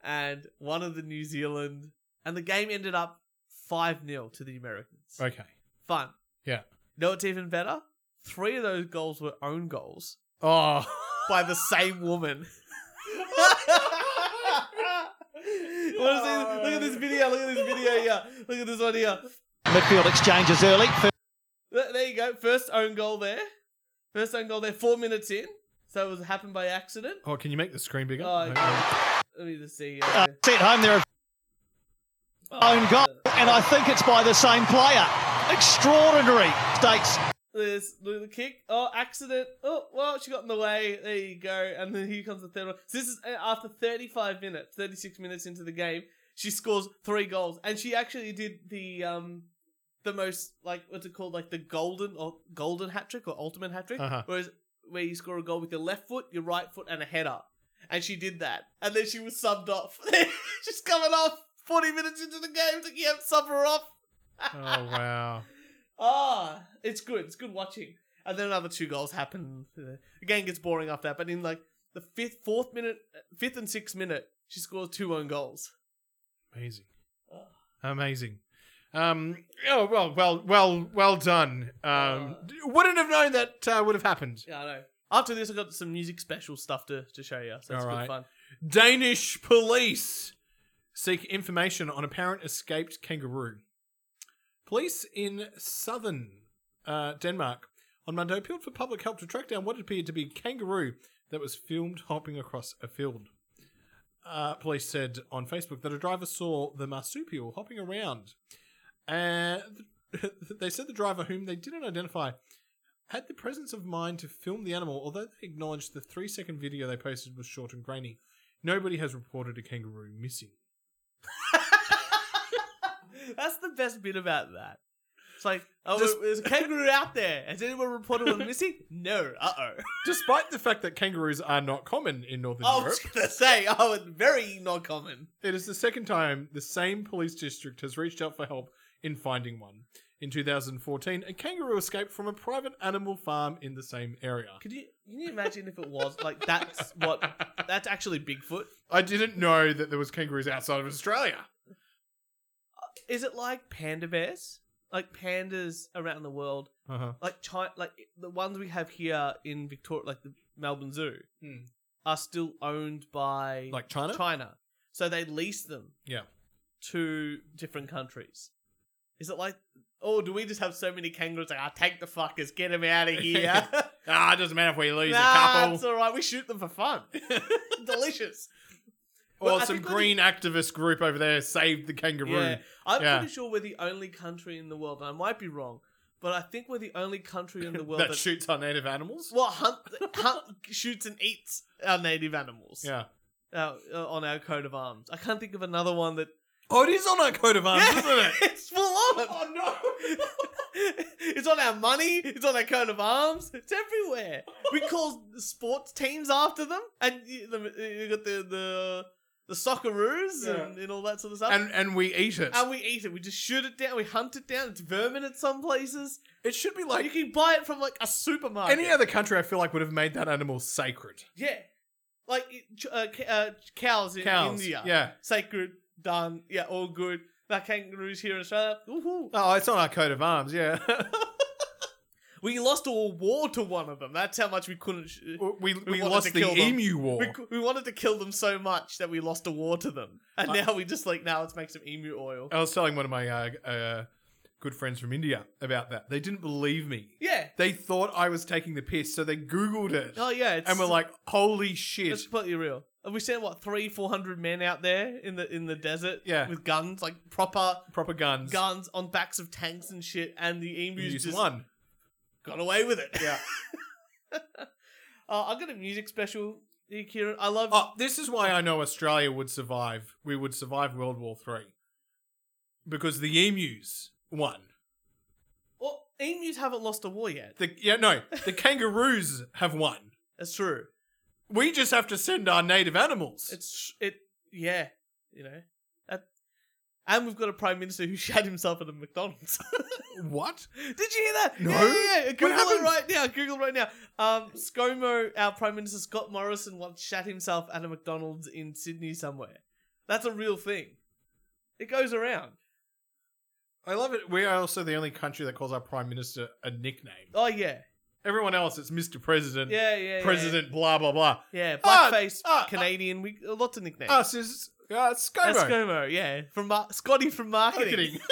Speaker 1: and one of the New Zealand and the game ended up five 0 to the Americans.
Speaker 2: Okay.
Speaker 1: Fun.
Speaker 2: Yeah.
Speaker 1: No, it's even better. Three of those goals were own goals
Speaker 2: Oh.
Speaker 1: by the same woman. What is this? Look at this video. Look at this video here. Look at this one here.
Speaker 8: Midfield exchanges early.
Speaker 1: Th- There you go. First own goal there. First own goal there. Four minutes in. So it was happened by accident.
Speaker 2: Oh, can you make the screen bigger?
Speaker 1: Oh,
Speaker 2: Okay.
Speaker 1: Let me just see.
Speaker 8: Uh, set home there, own
Speaker 1: uh,
Speaker 8: goal, and I think it's by the same player. Extraordinary stakes.
Speaker 1: This look at the kick. Oh, accident. Oh, well, she got in the way. There you go. And then here comes the third one. So this is uh, after 35 minutes, 36 minutes into the game. She scores three goals, and she actually did the um, the most like what's it called, like the golden or golden hat trick or ultimate hat trick,
Speaker 2: Uh-huh.
Speaker 1: whereas where you score a goal with your left foot, your right foot, and a header. And she did that, and then she was subbed off. She's coming off 40 minutes into the game. It's like, yep, sub her off.
Speaker 2: Oh wow.
Speaker 1: Ah, it's good. It's good watching. And then another two goals happen. The game gets boring after that. But in like the fifth, fourth minute, uh, fifth and sixth minute, she scores two own goals.
Speaker 2: Amazing.
Speaker 1: Uh.
Speaker 2: Amazing. Um, oh well, well, well, well done. Um,
Speaker 1: Uh.
Speaker 2: d- wouldn't have known that uh, would have happened.
Speaker 1: Yeah, I know. After this, I got some music special stuff to, to show you. So it's
Speaker 2: All
Speaker 1: good
Speaker 2: right.
Speaker 1: fun.
Speaker 2: Danish police seek information on apparent escaped kangaroo. Police in southern uh, Denmark on Monday appealed for public help to track down what appeared to be a kangaroo that was filmed hopping across a field. Uh, police said on Facebook that a driver saw the marsupial hopping around. And they said the driver, whom they didn't identify, had the presence of mind to film the animal, although they acknowledged the three second video they posted was short and grainy. Nobody has reported a kangaroo missing.
Speaker 1: That's the best bit about that. It's like, oh,
Speaker 2: Just-
Speaker 1: there's a kangaroo out there. Has anyone reported one missing? No. Uh oh.
Speaker 2: Despite the fact that kangaroos are not common in northern
Speaker 1: I
Speaker 2: Europe,
Speaker 1: was gonna say, oh, it's very not common.
Speaker 2: it is the second time the same police district has reached out for help in finding one. In 2014, a kangaroo escaped from a private animal farm in the same area.
Speaker 1: Could you? Can you imagine if it was like that's what? That's actually Bigfoot.
Speaker 2: I didn't know that there was kangaroos outside of Australia.
Speaker 1: is it like panda bears? Like pandas around the world,
Speaker 2: Uh-huh.
Speaker 1: like China, like the ones we have here in Victoria, like the Melbourne Zoo,
Speaker 2: Hmm.
Speaker 1: are still owned by
Speaker 2: Like China?
Speaker 1: China, so they lease them
Speaker 2: Yeah.
Speaker 1: to different countries. Is it like, oh, do we just have so many kangaroos? Like, I take the fuckers, get them out of here.
Speaker 2: Ah, it doesn't matter if we lose
Speaker 1: nah, it's all right. We shoot them for fun. Delicious.
Speaker 2: Or
Speaker 1: Well, I
Speaker 2: some
Speaker 1: think we're
Speaker 2: green activist group over there saved the kangaroo.
Speaker 1: Yeah, I'm
Speaker 2: Yeah.
Speaker 1: pretty sure we're the only country in the world. And I might be wrong, but I think we're the only country in the world
Speaker 2: that
Speaker 1: that
Speaker 2: shoots our native animals.
Speaker 1: Well, hunt, hunt shoots and eats our native animals.
Speaker 2: yeah.
Speaker 1: Uh, uh, on our coat of arms. I can't think of another one that.
Speaker 2: Oh, it is on our coat of arms, isn't it?
Speaker 1: it's full on. Oh no! it's on our money. It's on our coat of arms. It's everywhere. We call sports teams after them, and you, the, you got the the the Socceroos
Speaker 2: Yeah.
Speaker 1: and, and all that sort of stuff.
Speaker 2: and and we eat it.
Speaker 1: And we eat it. We just shoot it down. We hunt it down. It's vermin at some places.
Speaker 2: it should be
Speaker 1: Like
Speaker 2: like
Speaker 1: you can buy it from like a supermarket.
Speaker 2: any other country. I feel like would have made that animal sacred.
Speaker 1: Yeah, like it- ch- uh, c- uh, cows in
Speaker 2: Cows.
Speaker 1: India.
Speaker 2: Yeah.
Speaker 1: sacred, done. Yeah, all good. That kangaroos here in Australia. Woohoo!
Speaker 2: Oh, it's on our coat of arms. Yeah.
Speaker 1: We lost a war to one of them. That's how much we couldn't. Sh-
Speaker 2: we we,
Speaker 1: wanted to
Speaker 2: lost the
Speaker 1: kill them.
Speaker 2: emu war.
Speaker 1: we, we wanted to kill them so much that we lost a war to them, and
Speaker 2: I- Oh.
Speaker 1: now we just like now let's make some emu oil.
Speaker 2: I was telling one of my uh, uh, good friends from India about that. They didn't believe me.
Speaker 1: yeah.
Speaker 2: They thought I was taking the piss, so they Googled it.
Speaker 1: Oh yeah. It's,
Speaker 2: and we're like, holy shit.
Speaker 1: It's completely real. And we sent what three, four hundred men out there in the in the desert,
Speaker 2: Yeah.
Speaker 1: with guns, like proper
Speaker 2: Proper guns.
Speaker 1: guns on backs of tanks and shit, and the emus
Speaker 2: Use
Speaker 1: just
Speaker 2: one.
Speaker 1: got away with it.
Speaker 2: Yeah.
Speaker 1: uh, I got a music special, here, Kieran. I love.
Speaker 2: Oh, this is why I know Australia would survive. We would survive World War Three because the emus won.
Speaker 1: Well, emus haven't lost a war yet.
Speaker 2: The yeah, no, the kangaroos have won.
Speaker 1: That's true.
Speaker 2: We just have to send our native animals.
Speaker 1: It's it. Yeah, you know that. And we've got a prime minister who shat himself at a McDonald's.
Speaker 2: what?
Speaker 1: Did you hear that?
Speaker 2: No.
Speaker 1: Yeah, yeah, yeah.
Speaker 2: What
Speaker 1: Google it
Speaker 2: happened?
Speaker 1: right now. Google it right now. Um, ScoMo, our Prime Minister Scott Morrison once shat himself at a McDonald's in Sydney somewhere. That's a real thing. It goes around.
Speaker 2: I love it. We are also the only country that calls our prime minister a nickname.
Speaker 1: Oh yeah,
Speaker 2: Everyone else, it's Mr. President,
Speaker 1: yeah, yeah. yeah.
Speaker 2: President, blah blah blah.
Speaker 1: Yeah,
Speaker 2: Ah,
Speaker 1: blackface
Speaker 2: ah, ah.
Speaker 1: Canadian. We lots of nicknames.
Speaker 2: Us is uh, ScoMo.
Speaker 1: Eskimo, yeah, from Mar- Scotty from marketing.
Speaker 2: Marketing.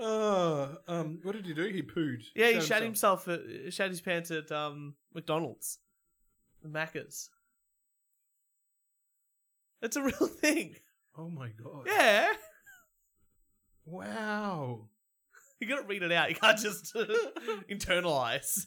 Speaker 2: Uh, um, what did he do? He pooed.
Speaker 1: Yeah, he shat himself, at, shat his pants at um, McDonald's, the Macca's. It's a real thing.
Speaker 2: Oh my god.
Speaker 1: Yeah,
Speaker 2: Wow.
Speaker 1: you gotta read it out. You can't just internalize.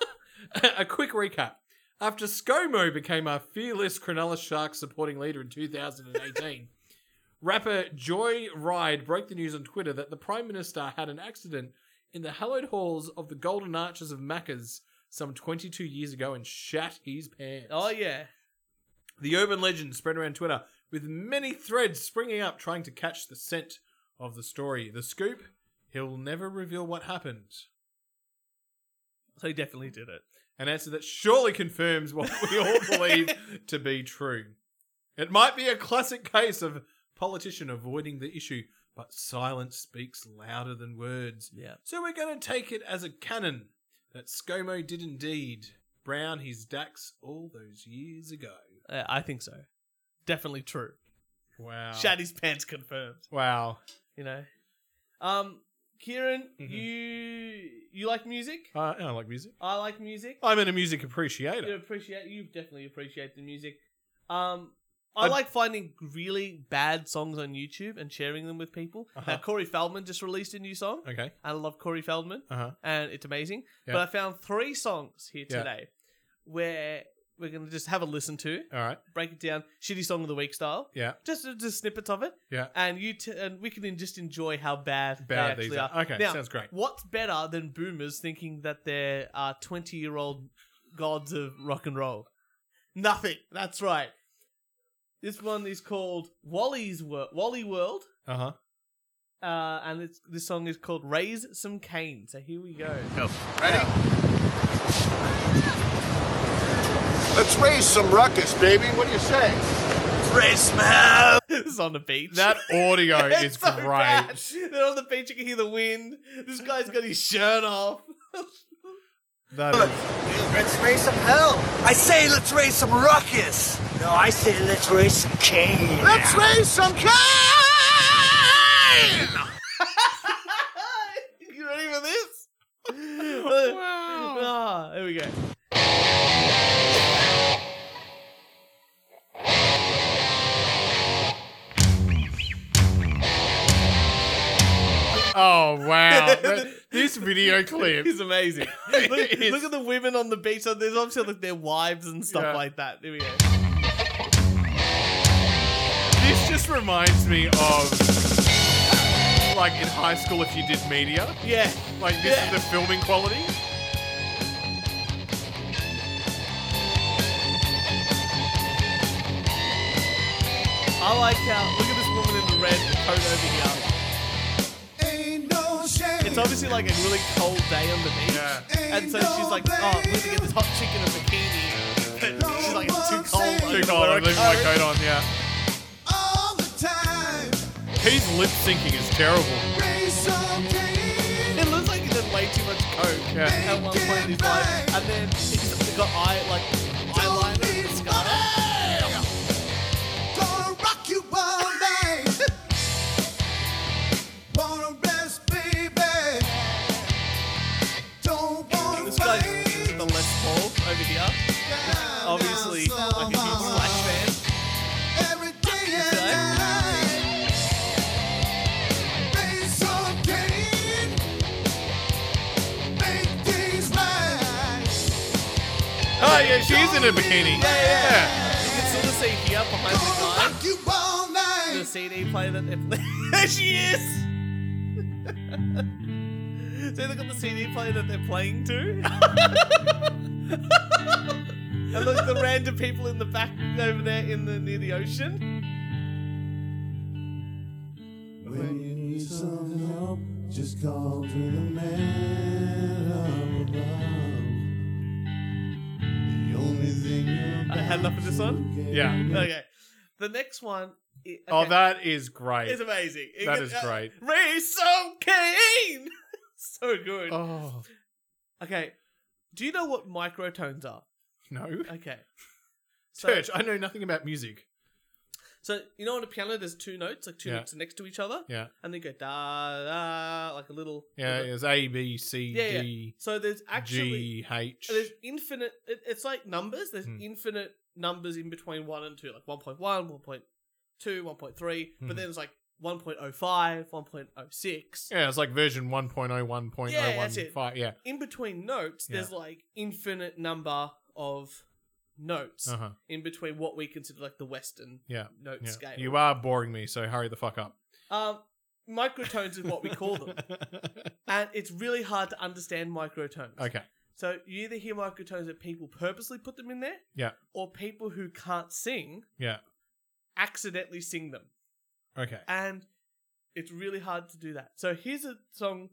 Speaker 2: a quick recap. After ScoMo became our fearless Cronulla Sharks supporting leader in 2018, rapper Joy Ride broke the news on Twitter that the Prime Minister had an accident in the hallowed halls of the Golden Arches of Macca's some 22 years ago and shat his pants.
Speaker 1: Oh yeah,
Speaker 2: The urban legend spread around Twitter with many threads springing up trying to catch the scent of the story. The scoop, he'll never reveal what happened.
Speaker 1: so he definitely did it.
Speaker 2: An answer that surely confirms what we all believe to be true. It might be a classic case of politician avoiding the issue, but silence speaks louder than words.
Speaker 1: Yeah.
Speaker 2: So we're going to take it as a canon that ScoMo did indeed brown his Dax all those years ago.
Speaker 1: Uh, I think so. Definitely true.
Speaker 2: Wow.
Speaker 1: Shat his pants confirmed.
Speaker 2: wow.
Speaker 1: You know, um, Kieran,
Speaker 2: Mhm.
Speaker 1: you you like music?
Speaker 2: Uh, I like music.
Speaker 1: I like music.
Speaker 2: I'm a music
Speaker 1: You
Speaker 2: appreciator.
Speaker 1: appreciate you definitely appreciate the music. Um, I
Speaker 2: I-
Speaker 1: like finding really bad songs on YouTube and sharing them with people. Now
Speaker 2: Uh-huh.
Speaker 1: Corey Feldman just released a new song.
Speaker 2: Okay.
Speaker 1: I love Corey Feldman,
Speaker 2: Uh huh.
Speaker 1: and it's amazing.
Speaker 2: Yeah.
Speaker 1: But I found three songs here
Speaker 2: Yeah.
Speaker 1: today where we're gonna just have a listen to,
Speaker 2: All right.
Speaker 1: break it down, shitty song of the week style,
Speaker 2: Yeah.
Speaker 1: just just snippets of it,
Speaker 2: Yeah.
Speaker 1: and you t- and we can just enjoy how bad,
Speaker 2: Bad
Speaker 1: they
Speaker 2: these
Speaker 1: actually
Speaker 2: are.
Speaker 1: are.
Speaker 2: Okay.
Speaker 1: Now,
Speaker 2: sounds great.
Speaker 1: What's better than boomers thinking that they're uh, 20 year old gods of rock and roll? Nothing. That's right. This one is called Wally's Wor- Wally World,
Speaker 2: Uh huh.
Speaker 1: uh, and it's, this song is called Raise Some Cane. So here we go.
Speaker 9: Let's raise some ruckus, baby. What do you say?
Speaker 1: this is on the beach.
Speaker 2: That audio is
Speaker 1: so
Speaker 2: great.
Speaker 1: bad. They're on the beach, you can hear the wind. This guy's got his shirt off.
Speaker 2: That is
Speaker 9: Let's raise some hell. I say let's raise some ruckus. No, I say let's raise some cane. Let's raise some cane!
Speaker 1: you ready for this? wow. there we go.
Speaker 2: Oh wow! That- this video clip.
Speaker 1: He's amazing.
Speaker 2: He
Speaker 1: look,
Speaker 2: is.
Speaker 1: look at the women on the beach. So There's obviously like their wives and stuff
Speaker 2: Yeah.
Speaker 1: like that. There we go.
Speaker 2: This just reminds me of like in high school if you did media.
Speaker 1: Yeah.
Speaker 2: Like this
Speaker 1: Yeah.
Speaker 2: is the filming quality.
Speaker 1: I like how. Look at this woman in the red coat over here. It's obviously like a really cold day on the beach, and so she's like, "Oh, I'm looking at this hot chick in a bikini." But she's like, "It's too cold." I'm
Speaker 2: Too
Speaker 1: gonna
Speaker 2: cold,
Speaker 1: wear a
Speaker 2: I'm leaving my
Speaker 1: coat."
Speaker 2: coat on, yeah. He's lip syncing is terrible.
Speaker 1: "Uh, It looks like he did way too much coke
Speaker 2: Yeah.
Speaker 1: at one point in his life, and then he's got eye like eyeliner and mascara. This guy's the Les Paul over here. Oh. Obviously, like a huge Slash fan.
Speaker 2: Oh, yeah, she's in a bikini.
Speaker 1: Yeah, yeah. You can sort of see here behind the guy. The CD player that they play. there she is. so look at the CD player that they're playing to. and look the random people in the back over there in the near the ocean.
Speaker 11: When you need some help, just call to the man of love. The only thing
Speaker 1: I had enough of this one.
Speaker 2: Yeah.
Speaker 1: Okay. The next one. i-
Speaker 2: Oh,
Speaker 1: okay,
Speaker 2: that is great.
Speaker 1: is amazing. It
Speaker 2: That
Speaker 1: can-
Speaker 2: is
Speaker 1: uh,
Speaker 2: great.
Speaker 1: Ray So Kane. so good.
Speaker 2: Oh.
Speaker 1: Okay. Do you know what microtones are?
Speaker 2: No.
Speaker 1: Okay. Uh, So-
Speaker 2: Church, I know nothing about music.
Speaker 1: So you know on a piano there's two notes, like two
Speaker 2: Yeah.
Speaker 1: notes next to each other.
Speaker 2: Yeah.
Speaker 1: And they go da da like a little
Speaker 2: Yeah,
Speaker 1: little-
Speaker 2: it's A, B, C,
Speaker 1: yeah, yeah.
Speaker 2: D,
Speaker 1: So there's actually
Speaker 2: G, H.
Speaker 1: there's infinite it, it's like numbers, there's
Speaker 2: Hmm.
Speaker 1: infinite numbers in between one and two, like 1.1, 1.2, 1.3,
Speaker 2: Hmm.
Speaker 1: but then it's like 1.05, 1.06.
Speaker 2: Yeah, it's like version oh, 1.0,
Speaker 1: Yeah, that's it.
Speaker 2: 1.015. Yeah.
Speaker 1: In between notes,
Speaker 2: Yeah.
Speaker 1: there's like infinite number of notes
Speaker 2: Uh-huh.
Speaker 1: in between what we consider like the Western
Speaker 2: Yeah.
Speaker 1: note
Speaker 2: yeah.
Speaker 1: scale.
Speaker 2: You are boring me, so hurry the fuck up.
Speaker 1: Um, microtones is what we call them, and it's really hard to understand microtones.
Speaker 2: Okay.
Speaker 1: So you either hear microtones that people purposely put them in there,
Speaker 2: Yeah.
Speaker 1: or people who can't sing
Speaker 2: Yeah.
Speaker 1: accidentally sing them,
Speaker 2: Okay.
Speaker 1: and it's really hard to do that. So here's a song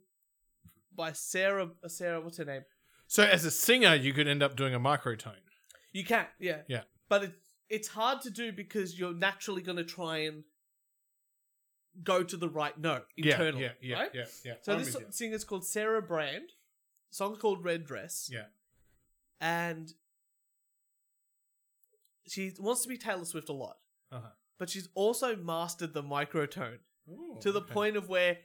Speaker 1: by Sarah. uh, Sarah, what's her name?
Speaker 2: So as a singer, you could end up doing a microtone.
Speaker 1: You can, yeah,
Speaker 2: Yeah.
Speaker 1: but it's it's hard to do because you're naturally going to try and go to the right note
Speaker 2: Yeah,
Speaker 1: internally,
Speaker 2: yeah, yeah,
Speaker 1: right?
Speaker 2: yeah, yeah.
Speaker 1: So
Speaker 2: I'm
Speaker 1: this
Speaker 2: with you.
Speaker 1: singer's called Sarah Brand. Song's called Red Dress,
Speaker 2: Yeah.
Speaker 1: and she wants to be Taylor Swift a lot,
Speaker 2: Uh-huh.
Speaker 1: but she's also mastered the microtone to
Speaker 2: Oh.
Speaker 1: the point of where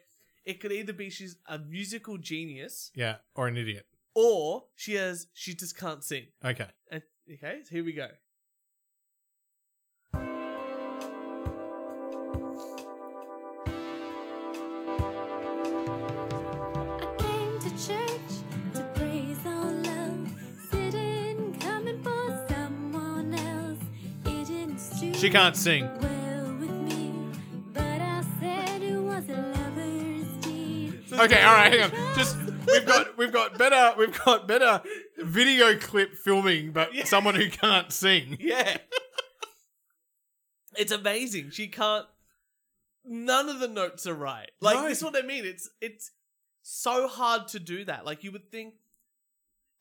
Speaker 1: it could either be she's a musical genius
Speaker 2: Yeah. Or an idiot.
Speaker 1: or she has she just can't sing.
Speaker 2: Okay.
Speaker 1: And, okay, so here we go.
Speaker 12: Came to church to praise our love. Sitting, coming for someone else. It didn't suit
Speaker 2: She can't sing.
Speaker 12: well with me, but I said it was a lover's deed.
Speaker 2: Okay, all right, hang on. Just we've got we've got better we've got better video clip filming, but someone who can't sing.
Speaker 1: Yeah. It's amazing. She can't. None of the notes are right. Like
Speaker 2: No.
Speaker 1: this, is what I mean. It's it's so hard to do that. Like you would think,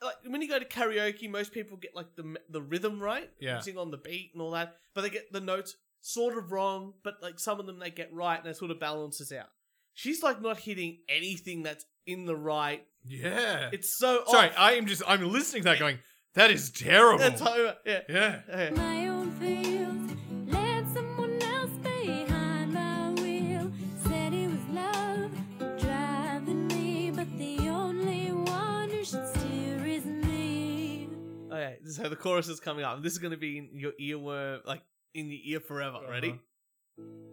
Speaker 1: like when you go to karaoke, most people get like the the rhythm right.
Speaker 2: Yeah.
Speaker 1: You sing on the beat and all that, but they get the notes sort of wrong. But like some of them they get right, and it sort of balances out. She's like not hitting anything that's in the right.
Speaker 2: Yeah.
Speaker 1: It's so
Speaker 2: Sorry,
Speaker 1: off.
Speaker 2: I am just I'm listening to that going, that is terrible.
Speaker 1: That's how- yeah.
Speaker 2: yeah.
Speaker 12: My own fields, led someone else behind my wheel. Said it was love driving me, but the only one who should steer is me.
Speaker 1: Okay, Oh, so the chorus is coming up. This is going to be in your earworm, like in your ear forever.
Speaker 2: Uh-huh.
Speaker 1: Ready?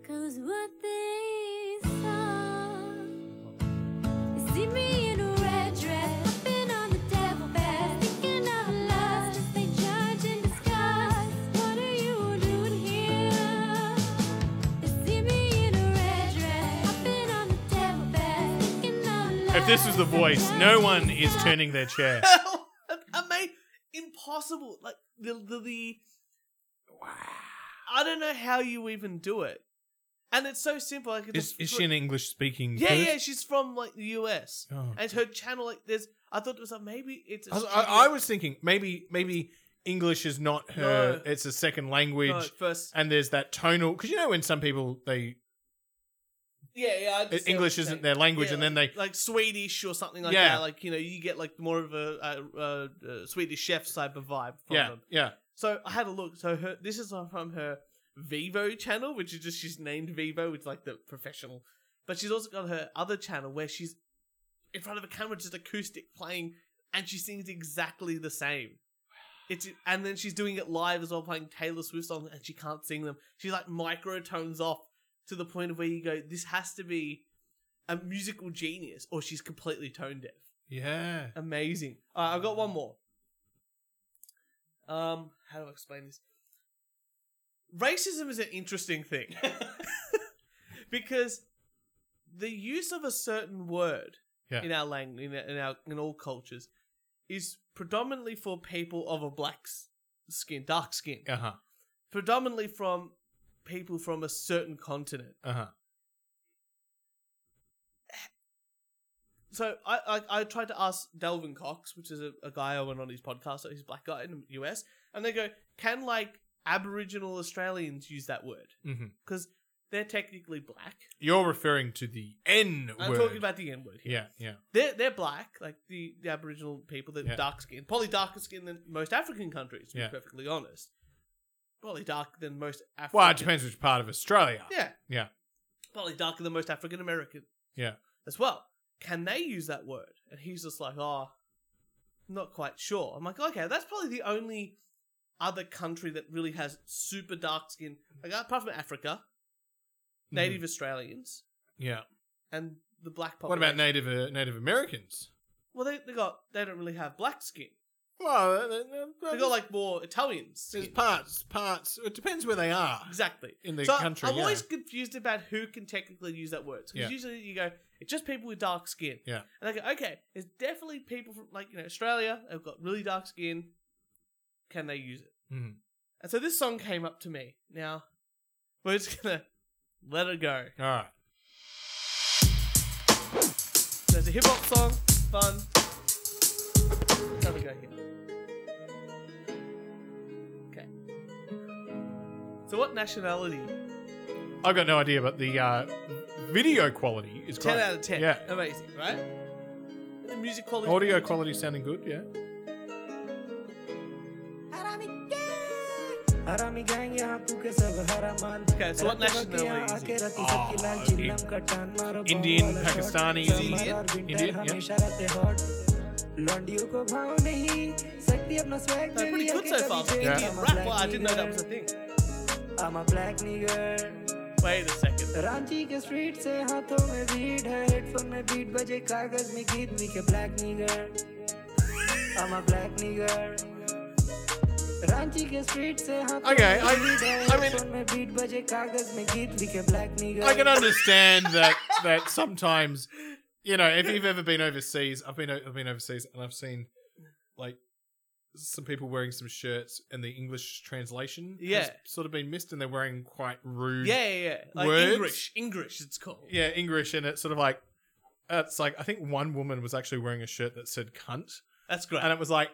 Speaker 12: Cause what they saw is see me in a red dress, hopping on the devil bed, thinking of lust as they judge and discuss. What are you doing here? They see me in a red dress, hopping on the devil bed, thinking of lust.
Speaker 2: If this was the voice, no one is turning their chair.
Speaker 1: Amazing, impossible. Like the the, the I don't know how you even do it. And it's so simple. Like,
Speaker 2: Is,
Speaker 1: the-
Speaker 2: is she an English speaking?
Speaker 1: Yeah, yeah, she's from like the US,
Speaker 2: Oh.
Speaker 1: and her channel like there's. I thought it was like maybe it's.
Speaker 2: I, was- I,
Speaker 1: Australian.
Speaker 2: I was thinking maybe maybe English is not her. It's a second language. Uh,
Speaker 1: No, first-
Speaker 2: And there's that tonal because you know when some people they
Speaker 1: Yeah, yeah. I understand
Speaker 2: English
Speaker 1: what you're
Speaker 2: isn't
Speaker 1: saying.
Speaker 2: their language,
Speaker 1: Yeah,
Speaker 2: and then
Speaker 1: like,
Speaker 2: they-
Speaker 1: like Swedish or something like
Speaker 2: Yeah.
Speaker 1: that. Like you know, you get like more of a, a, a, a Swedish chef type of vibe from
Speaker 2: yeah
Speaker 1: them.
Speaker 2: yeah
Speaker 1: So I had a look. So her, this is from her Vivo channel, which is just she's named Vivo, which is like the professional. But she's also got her other channel where she's in front of a camera, just acoustic playing, and she sings exactly the same. It's and then she's doing it live as well, playing Taylor Swift songs, and she can't sing them. She's like microtones off to the point of where you go, this has to be a musical genius, or she's completely tone deaf.
Speaker 2: yeah.
Speaker 1: Amazing. All right, I've got one more. Um, how do I explain this? Racism is an interesting thing because the use of a certain word
Speaker 2: Yeah.
Speaker 1: in our language, in, our- in our in all cultures, is predominantly for people of a black s- skin, dark skin,
Speaker 2: Uh huh.
Speaker 1: predominantly from people from a certain continent.
Speaker 2: Uh huh.
Speaker 1: so I, I I tried to ask Delvin Cox, which is a, a guy I went on his podcast, so he's a black guy in the US, and they go, can like Aboriginal Australians use that word
Speaker 2: Mm-hmm.
Speaker 1: because they're technically black.
Speaker 2: You're referring to the N
Speaker 1: I'm
Speaker 2: word.
Speaker 1: talking about the N word. here.
Speaker 2: yeah yeah
Speaker 1: They're they're black, like the, the Aboriginal people, they're
Speaker 2: Yeah.
Speaker 1: dark skinned, probably darker skinned than most African countries. To
Speaker 2: Yeah.
Speaker 1: be perfectly honest, probably darker than most. African.
Speaker 2: Well, it depends which part of Australia.
Speaker 1: Yeah,
Speaker 2: Yeah.
Speaker 1: probably darker than most African American.
Speaker 2: Yeah.
Speaker 1: as well. Can they use that word? And he's just like, oh, not quite sure. I'm like, okay, that's probably the only other country that really has super dark skin, like apart from Africa,
Speaker 2: Mm-hmm.
Speaker 1: Native Australians,
Speaker 2: Yeah.
Speaker 1: and the black
Speaker 2: What
Speaker 1: population.
Speaker 2: about Native uh, Native Americans?
Speaker 1: Well, they, they got they don't really have black skin.
Speaker 2: Well, uh,
Speaker 1: they got like more Italians.
Speaker 2: There's parts parts. It depends where they are.
Speaker 1: Exactly.
Speaker 2: In the
Speaker 1: So
Speaker 2: country.
Speaker 1: I'm
Speaker 2: yeah.
Speaker 1: always confused about who can technically use that word. Because
Speaker 2: Yeah.
Speaker 1: usually you go, it's just people with dark skin.
Speaker 2: Yeah.
Speaker 1: And I go, okay, there's definitely people from like, you know, Australia, they've got really dark skin. Can they use it?
Speaker 2: Mhm.
Speaker 1: And so this song came up to me. Now, we're just gonna let it go.
Speaker 2: All right.
Speaker 1: So it's a hip hop song, fun. Let's have a go here. Okay. So what nationality?
Speaker 2: I've got no idea, but the uh, video quality is great.
Speaker 1: Ten out of ten.
Speaker 2: Yeah.
Speaker 1: Amazing, right? The music quality.
Speaker 2: Audio quality sounding good. Yeah.
Speaker 1: Okay, so what nationality is he?
Speaker 2: Oh, Indian, Pakistani,
Speaker 1: Is he Indian?
Speaker 2: Indian,
Speaker 1: No, pretty good so far. for
Speaker 2: Yeah.
Speaker 1: Indian rap. Well, I didn't know that was a thing.
Speaker 13: I'm a black nigger
Speaker 1: Wait a second.
Speaker 13: Ranchi के street से हाथों में भीड़ है headphone में beat बजे कागज में गीत मी के black nigger I'm a black nigger Ranchi के स्ट्रीट से हाथों
Speaker 2: Okay,
Speaker 13: में
Speaker 2: I-
Speaker 13: भीड़ है
Speaker 2: I mean-
Speaker 13: हेडफोन में बीट बजे कागज में गीत मी के black nigger
Speaker 2: I can understand that that sometimes, you know, if you've ever been overseas, I've been o- I've been overseas and I've seen like some people wearing some shirts and the English translation has
Speaker 1: Yeah.
Speaker 2: sort of been missed and they're wearing quite rude
Speaker 1: Yeah, yeah, yeah. Like
Speaker 2: words.
Speaker 1: English. English, it's called.
Speaker 2: yeah English and it's sort of like it's like I think one woman was actually wearing a shirt that said cunt
Speaker 1: That's great.
Speaker 2: and it was like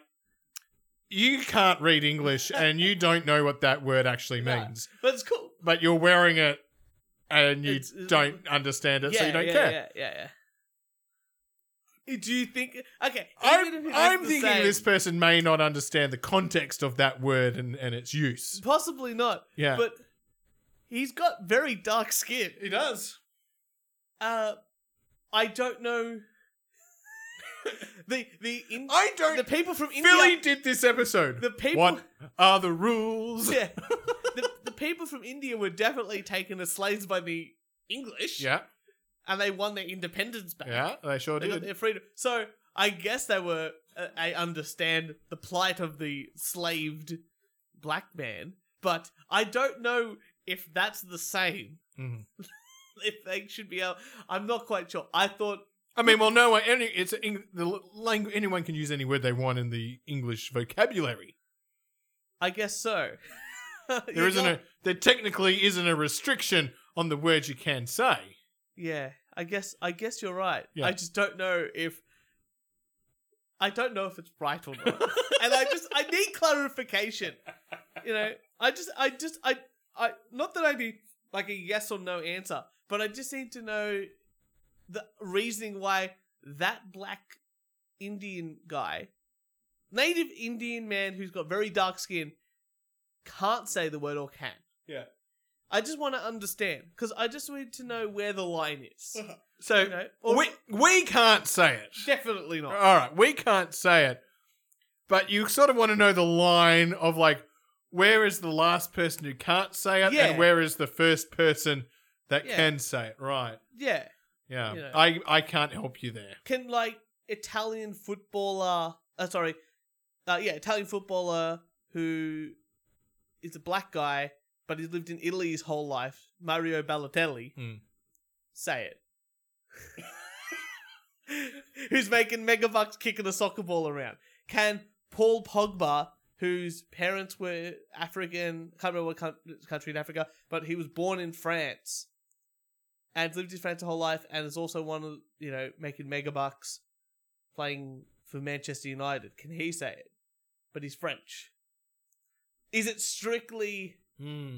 Speaker 2: you can't read English and you don't know what that word actually means
Speaker 1: But it's cool.
Speaker 2: but you're wearing it and you
Speaker 1: It's-
Speaker 2: don't understand it
Speaker 1: yeah,
Speaker 2: so you don't
Speaker 1: yeah,
Speaker 2: care
Speaker 1: Yeah, yeah, yeah. Do you think. Okay. even if
Speaker 2: I'm,
Speaker 1: it is the
Speaker 2: I'm thinking
Speaker 1: same-
Speaker 2: this person may not understand the context of that word and, and its use.
Speaker 1: Possibly not.
Speaker 2: Yeah.
Speaker 1: But he's got very dark skin.
Speaker 2: He does.
Speaker 1: Uh, I don't know. the the in-
Speaker 2: I don't.
Speaker 1: The people from India.
Speaker 2: Philly did this episode.
Speaker 1: The people-
Speaker 2: What are the rules?
Speaker 1: Yeah. the, the people from India were definitely taken as slaves by the English.
Speaker 2: Yeah.
Speaker 1: And they won their independence back.
Speaker 2: Yeah, they sure
Speaker 1: They got
Speaker 2: did.
Speaker 1: their freedom. So I guess they were. Uh, I understand the plight of the slaved black man, but I don't know if that's the same.
Speaker 2: Mhm.
Speaker 1: if they should be able. I'm not quite sure. I thought.
Speaker 2: I mean, well, no one. Any, it's Eng, the language. Anyone can use any word they want in the English vocabulary.
Speaker 1: I guess so.
Speaker 2: There isn't a there technically isn't a restriction on the words you can say.
Speaker 1: Yeah, I guess I guess you're right.
Speaker 2: Yeah.
Speaker 1: I just don't know if I don't know if it's right or not. and I just I need clarification. You know, I just I just I I not that I need like a yes or no answer, but I just need to know the reasoning why that black Indian guy, native Indian man who's got very dark skin, can't say the word or can.
Speaker 2: Yeah.
Speaker 1: I just want to understand because I just need to know where the line is. So you know, or-
Speaker 2: We uh, we can't say it.
Speaker 1: definitely not.
Speaker 2: All right, we can't say it, but you sort of want to know the line of like, where is the last person who can't say it,
Speaker 1: Yeah.
Speaker 2: and where is the first person that
Speaker 1: Yeah.
Speaker 2: can say it? Right?
Speaker 1: Yeah.
Speaker 2: Yeah.
Speaker 1: You know.
Speaker 2: I I can't help you there.
Speaker 1: Can like Italian footballer? Uh, sorry, uh, yeah, Italian footballer who is a black guy, but he's lived in Italy his whole life. Mario Balotelli. Say it. who's making mega bucks kicking a soccer ball around? Can Paul Pogba, whose parents were African, can't remember what coun- country in Africa, but he was born in France and lived in France his whole life, and is also one of you know making mega bucks playing for Manchester United? Can he say it? But he's French. Is it strictly?
Speaker 2: Hmm.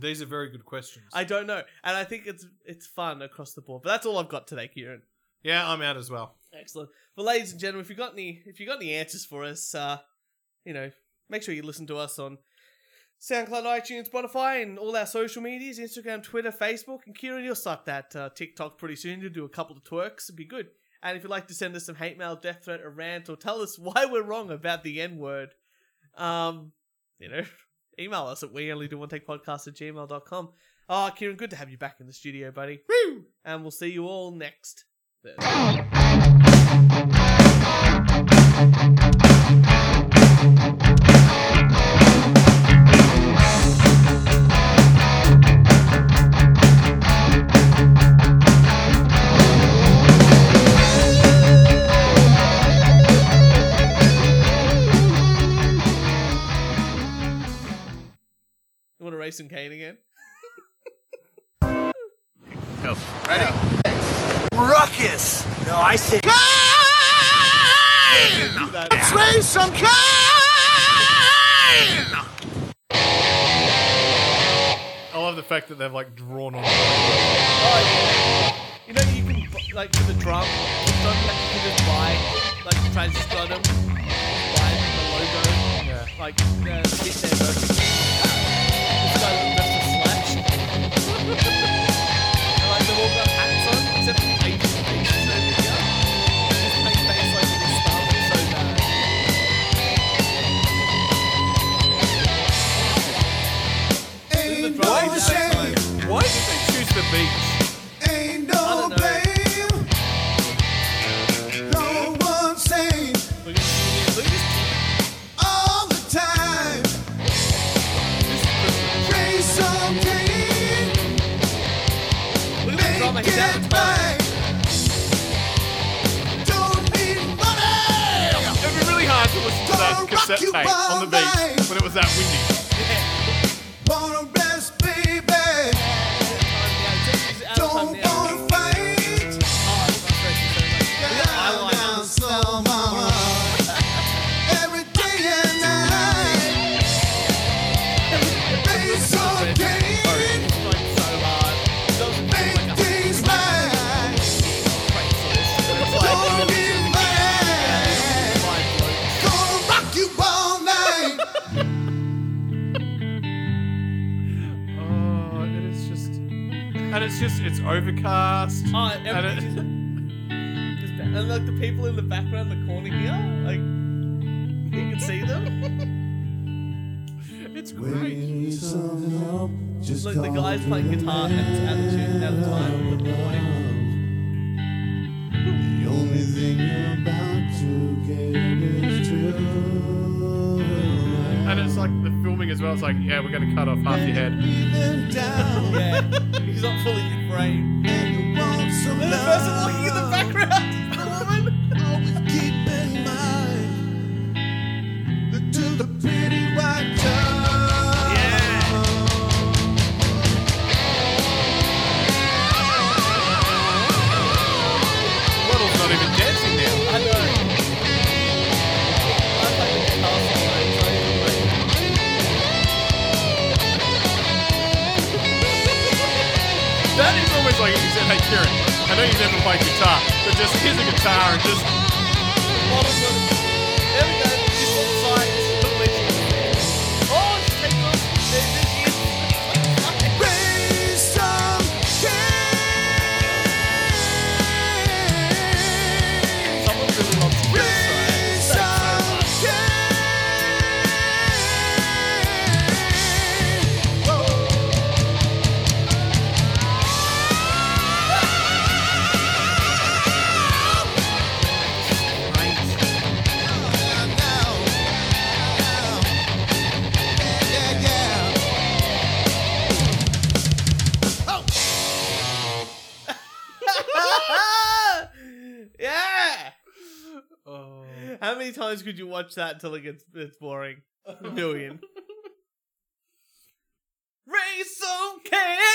Speaker 2: These are very good questions.
Speaker 1: I don't know, and I think it's it's fun across the board. But that's all I've got today, Kieran.
Speaker 2: Yeah, I'm out as well.
Speaker 1: Excellent. Well, ladies and gentlemen, if you got any, if you got any answers for us, uh, you know, make sure you listen to us on SoundCloud, iTunes, Spotify, and all our social medias: Instagram, Twitter, Facebook. And Kieran, you'll start that uh, TikTok pretty soon. You'll do a couple of twerks. It'd be good. And if you'd like to send us some hate mail, death threat, a rant, or tell us why we're wrong about the N word, um, you know, email us at we only do one take podcast at gmail.com. Oh, Kieran, good to have you back in the studio, buddy. Woo! And we'll see you all next Thursday. You want to race some Kane again?
Speaker 9: Go. Ready? Ruckus. No, I say. Kane! Let's raise some Kane!
Speaker 2: I love the fact that they've like drawn on.
Speaker 1: You know, you can, bu- like, for the drum, sometimes you can just buy, like, transistor, buy the logo, like, uh, hit their version. This guy looks just a slash. And, like, they've all got hats on, except for the Asian faces over here. Just plain face like this style, it's so bad.
Speaker 11: Why did they,
Speaker 2: why did they choose the beach?
Speaker 11: Ain't no blame. No one saying all the time. Raise some cane. Make it right. Don't need money.
Speaker 2: It'd be really hard to listen to that cassette
Speaker 11: you
Speaker 2: tape
Speaker 11: all
Speaker 2: on the beach
Speaker 11: night.
Speaker 2: when it was that windy.
Speaker 11: Wanna rest, baby. Don't wanna fight. Down, down, slow, mama. Every day and night. Face some pain. Make things right. Don't be mad. Gonna rock you all night.
Speaker 2: Oh, it is just, and it's just it's overcast.
Speaker 1: Oh,
Speaker 2: and it-
Speaker 1: everything's just bad. And like the people in the background, the corner here, like you can see them.
Speaker 2: it's
Speaker 11: When you need some help, just
Speaker 1: Look, the
Speaker 11: call
Speaker 1: guy's
Speaker 11: to
Speaker 1: playing
Speaker 11: the
Speaker 1: guitar at, at the tune at the time with the boy.
Speaker 11: The only thing you're about to get is children.
Speaker 2: and it's like the filming as well. It's like yeah, we're gonna cut off half your head.
Speaker 1: yeah, he's not fully in frame.
Speaker 11: And
Speaker 1: the person walking in the background, the woman.
Speaker 11: Always keep in mind the- to the pretty white child. Yeah.
Speaker 2: know he's ever played guitar, but just here's a guitar and just.
Speaker 1: yeah. How many times could you watch that until it gets it's boring? A million. Raise some care.